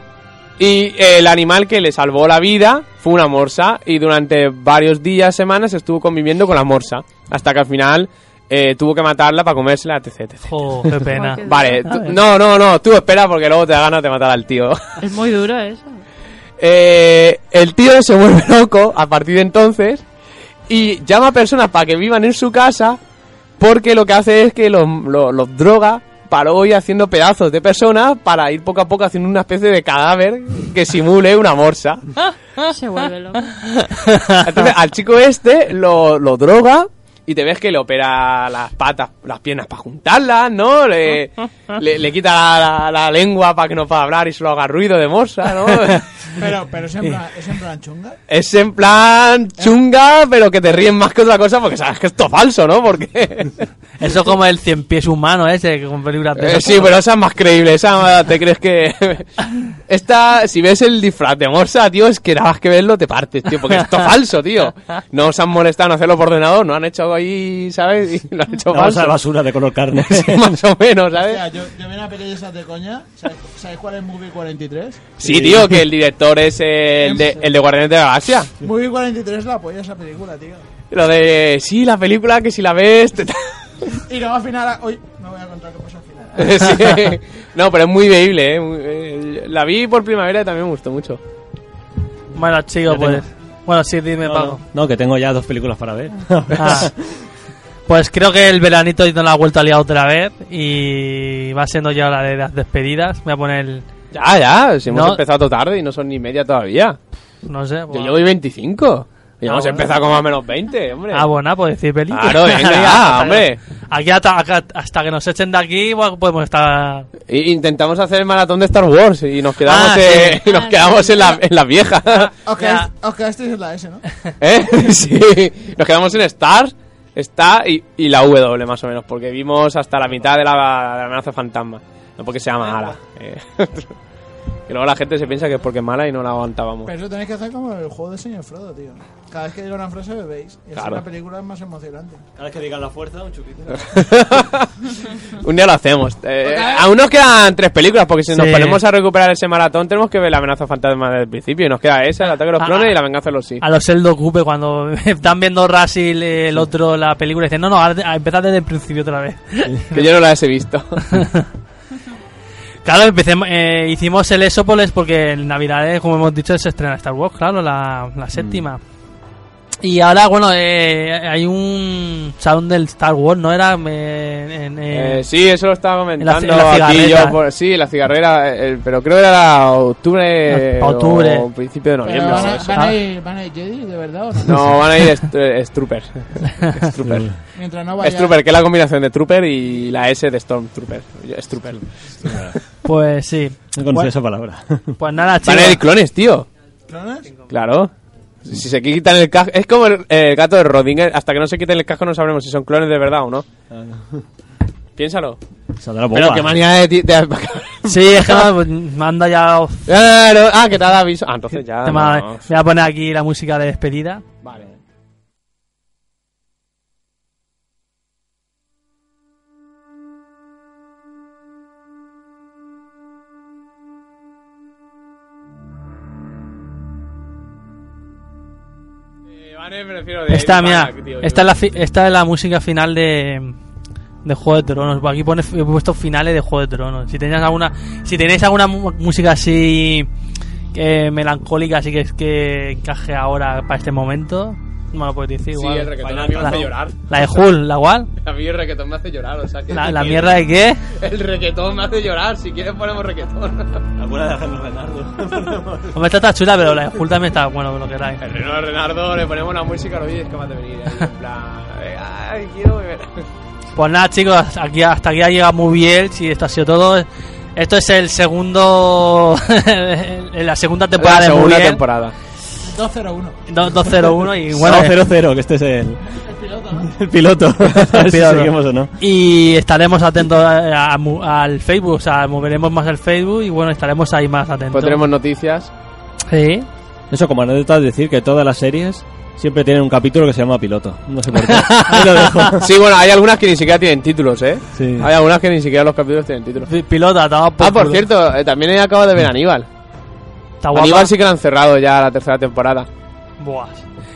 C: y eh, el animal que le salvó la vida fue una morsa y durante varios días, semanas, estuvo conviviendo con la morsa. Hasta que al final eh, tuvo que matarla para comérsela, etc. etc.
B: Jo, qué pena.
C: Vale, tú- no, no, no, tú espera porque luego te da ganas de matar al tío.
H: Es muy duro eso.
C: Eh, el tío se vuelve loco a partir de entonces y llama a personas para que vivan en su casa porque lo que hace es que los, los- los droga para luego ir haciendo pedazos de personas para ir poco a poco haciendo una especie de cadáver que simule una morsa.
H: Se vuelve loco.
C: Entonces, al chico este lo, lo droga y te ves que le opera las patas, las piernas para juntarlas, ¿no? Le, le, le quita la, la- la lengua para que no pueda hablar y solo haga ruido de morsa, ¿no?
G: Pero, pero es, en plan, es en plan chunga.
C: Es en plan chunga, pero que te ríen más que otra cosa porque sabes que esto es falso, ¿no? Porque.
B: Eso es como el cien pies humano ese, que con películas de
C: Eh,
B: esas.
C: sí, pero esa es más creíble, esa te crees que. Esta, si ves el disfraz de Morsa, tío, es que nada más que verlo te partes, tío, porque esto es falso, tío. No os han molestado en hacerlo por ordenador, no han hecho ahí, ¿sabes? Y lo han hecho
D: La bolsa de
C: falso.
D: basura de color carne.
C: Más o menos, ¿sabes?
G: Hostia, yo, yo vi una peli de esas de coña. ¿Sabéis, sabéis cuál es Movie 43?
C: Sí, tío, que el director es el de, el de Guardianes de la Galaxia.
G: Movie 43 la apoya esa película, tío.
C: Lo de. Sí, la película que si la ves. te-
G: Y luego al final... Uy, no voy a contar qué pasa al final.
C: Sí.
G: ¿eh?
C: No, pero es muy veíble, ¿eh? Muy- eh, La vi por primavera y también me gustó mucho.
B: Bueno, chicos,
D: Yo
B: pues. Bueno, sí, dime,
D: No,
B: Paco.
D: no, no, que tengo ya dos películas para ver.
B: Ah. Pues creo que el veranito no la ha vuelto a liar otra vez y va siendo ya hora de las despedidas. Voy a poner el,
C: Ya, ya, si hemos
B: No.
C: empezado tarde y no son ni media todavía.
B: No sé. pues,
C: Yo
B: bueno.
C: llevo 25. Y
B: Ah,
C: hemos
B: bueno.
C: empezado como a menos 20, hombre.
B: Ah, bueno, ah, pues decir Beli.
C: Claro, venga, ya,
B: Hasta-
C: hombre.
B: Aquí hasta, acá- hasta que nos echen de aquí bueno, podemos estar...
C: Y intentamos hacer el maratón de Star Wars y nos quedamos,
B: Ah,
C: eh,
H: sí.
C: y nos
H: Ah,
C: quedamos
H: sí. Ah.
C: en, la, en la vieja.
B: Ya.
G: Os quedáis- os quedasteis en la S, ¿no?
C: ¿Eh? Sí. Nos quedamos en Star, Star y, y la W más o menos, porque vimos hasta la mitad de la, de la amenaza fantasma. No porque sea mala. eh. y luego la gente se piensa que es porque es mala y no la aguantábamos.
G: Pero eso tenéis que hacer como el juego del señor Frodo, tío. Cada vez que digo una frase bebéis. Y así
C: Claro.
G: la película es más emocionante.
D: Cada vez que digan la fuerza, un chupito.
C: Un día lo hacemos. Eh, aún nos quedan tres películas, porque si nos
B: Sí.
C: ponemos a recuperar ese maratón tenemos que ver la amenaza fantasma desde el principio. Y nos queda esa, el ataque de los
B: Ah.
C: clones y la venganza de los sí.
B: A los Eldo Cupe cuando están viendo Rasil el otro la película y dicen, no, no, ahora te- a empezar desde el principio otra vez.
C: Que yo no las he visto.
B: Claro, empecemos, eh, hicimos el Exópolis porque en Navidades, como hemos dicho, se estrena Star Wars, claro, la,
C: Mm.
B: la séptima. Y ahora, bueno, eh, hay un salón del Star Wars, ¿no? Era eh, en, eh,
C: Eh, sí, eso lo estaba comentando
B: en la
C: aquí
B: cigarrera.
C: yo. por- sí, la cigarrera, eh, pero creo que era octubre,
B: Pa' octubre.
C: o principio de
G: Pero
C: noviembre.
G: van,
C: o
G: a,
C: eso.
G: van a ir, ¿Van a ir Jedi, de verdad? ¿o no?
C: No, van a ir est- eh, Stroopers. Stroopers.
G: Mientras no vaya.
C: Strooper, que es la combinación de Trooper y la S de Stormtrooper. Strooper.
B: pues sí.
D: No conocía
B: Bueno,
D: esa palabra.
B: pues nada,
C: Van a ir
B: chicos.
C: clones, tío.
G: ¿Clones?
C: Claro. Si si se quitan el casco. Es como el, el gato de Rodinger. Hasta que no se quiten el casco, no sabremos si son clones de verdad o no. Piénsalo.
D: Saldrá
C: Pero
D: boba.
C: qué manía de. ti- de-
B: Sí, es que me me han dado ya... off-
C: Claro. Ah, que te ha dado aviso. Ah, entonces ya.
B: te me ha-
C: no.
B: Voy a poner aquí la música de despedida.
C: Vale. Eh, vale, me refiero de
B: Esta,
C: de
B: mira,
C: Balak, tío,
B: esta, es
C: yo-
B: la fi- esta es la música final de, de Juego de Tronos. Aquí pone he puesto finales de Juego de Tronos. Si tenéis alguna, si tenéis alguna mu- música así eh, melancólica, así que es que encaje ahora para este momento, no me lo podéis decir.
C: Sí,
B: igual.
C: el reggaetón a mí me hace llorar.
B: La de Hull, la cual.
C: A mí el reggaetón me hace llorar, o sea que...
B: La, la mierda de qué.
C: El reggaetón me hace llorar, si quieres ponemos reggaetón.
D: Alguna de Alejandro Bernardo.
B: Hombre, esta está chula, pero la de Hull también está bueno, lo que era.
C: El reno de Renardo, le ponemos una música, lo es capaz de venir ahí, en plan... eh, Ay, quiero beber.
B: Pues nada, chicos, aquí hasta aquí ha llegado muy bien. Si esto ha sido todo. Esto es el segundo. la segunda temporada de Muy Bien.
G: 201.
B: Do- 201 y bueno.
D: Bueno, 0-0, que este es el, el piloto. A ver si
B: piloto.
D: seguimos o no.
B: Y estaremos atentos a- a mu- al Facebook, o sea, moveremos más el Facebook y bueno, estaremos ahí más atentos.
C: Pondremos noticias.
B: Sí.
D: Eso, como anécdota, decir que todas las series siempre tienen un capítulo que se llama piloto. No sé por qué. Ahí lo dejo.
C: Sí, bueno, hay algunas que ni siquiera tienen títulos, ¿eh?
D: Sí.
C: Hay algunas que ni siquiera los capítulos tienen títulos.
B: Pi- Pilota, toma
C: Ah, por
B: culo.
C: cierto, eh, también he acabado de ver a Aníbal.
B: Está guapa.
C: Aníbal sí que lo han cerrado ya la tercera temporada.
B: Buah.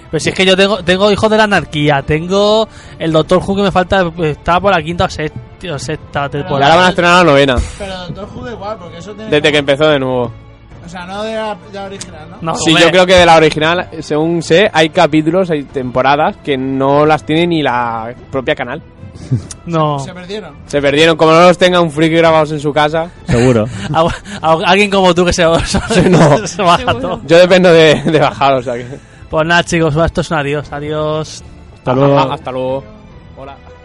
B: Pero si es que yo tengo, tengo Hijos de la Anarquía, tengo el Doctor Who que me falta, pues, está por la quinta o sexta, o sexta
C: Y ahora
B: temporada.
C: van a estrenar la novena,
G: Pero Doctor Who da igual, porque eso tiene.
C: desde que empezó de nuevo.
G: O sea, no de la, de la original, ¿no?
B: No,
C: Sí,
B: hombre.
C: yo creo que de la original, eh, según sé, hay capítulos, hay temporadas que no las tiene ni la propia canal.
B: No.
G: Se perdieron.
C: Se perdieron, como no los tenga un friki grabados en su casa.
D: Seguro.
B: Algu- algu- Alguien como tú que se,
C: no.
B: se baja
H: Seguro.
B: todo.
C: Yo dependo de, de bajar, o sea que...
B: Pues nada, chicos, esto es un adiós. Adiós.
C: ah,
D: Hasta luego.
C: Hasta luego. Hola.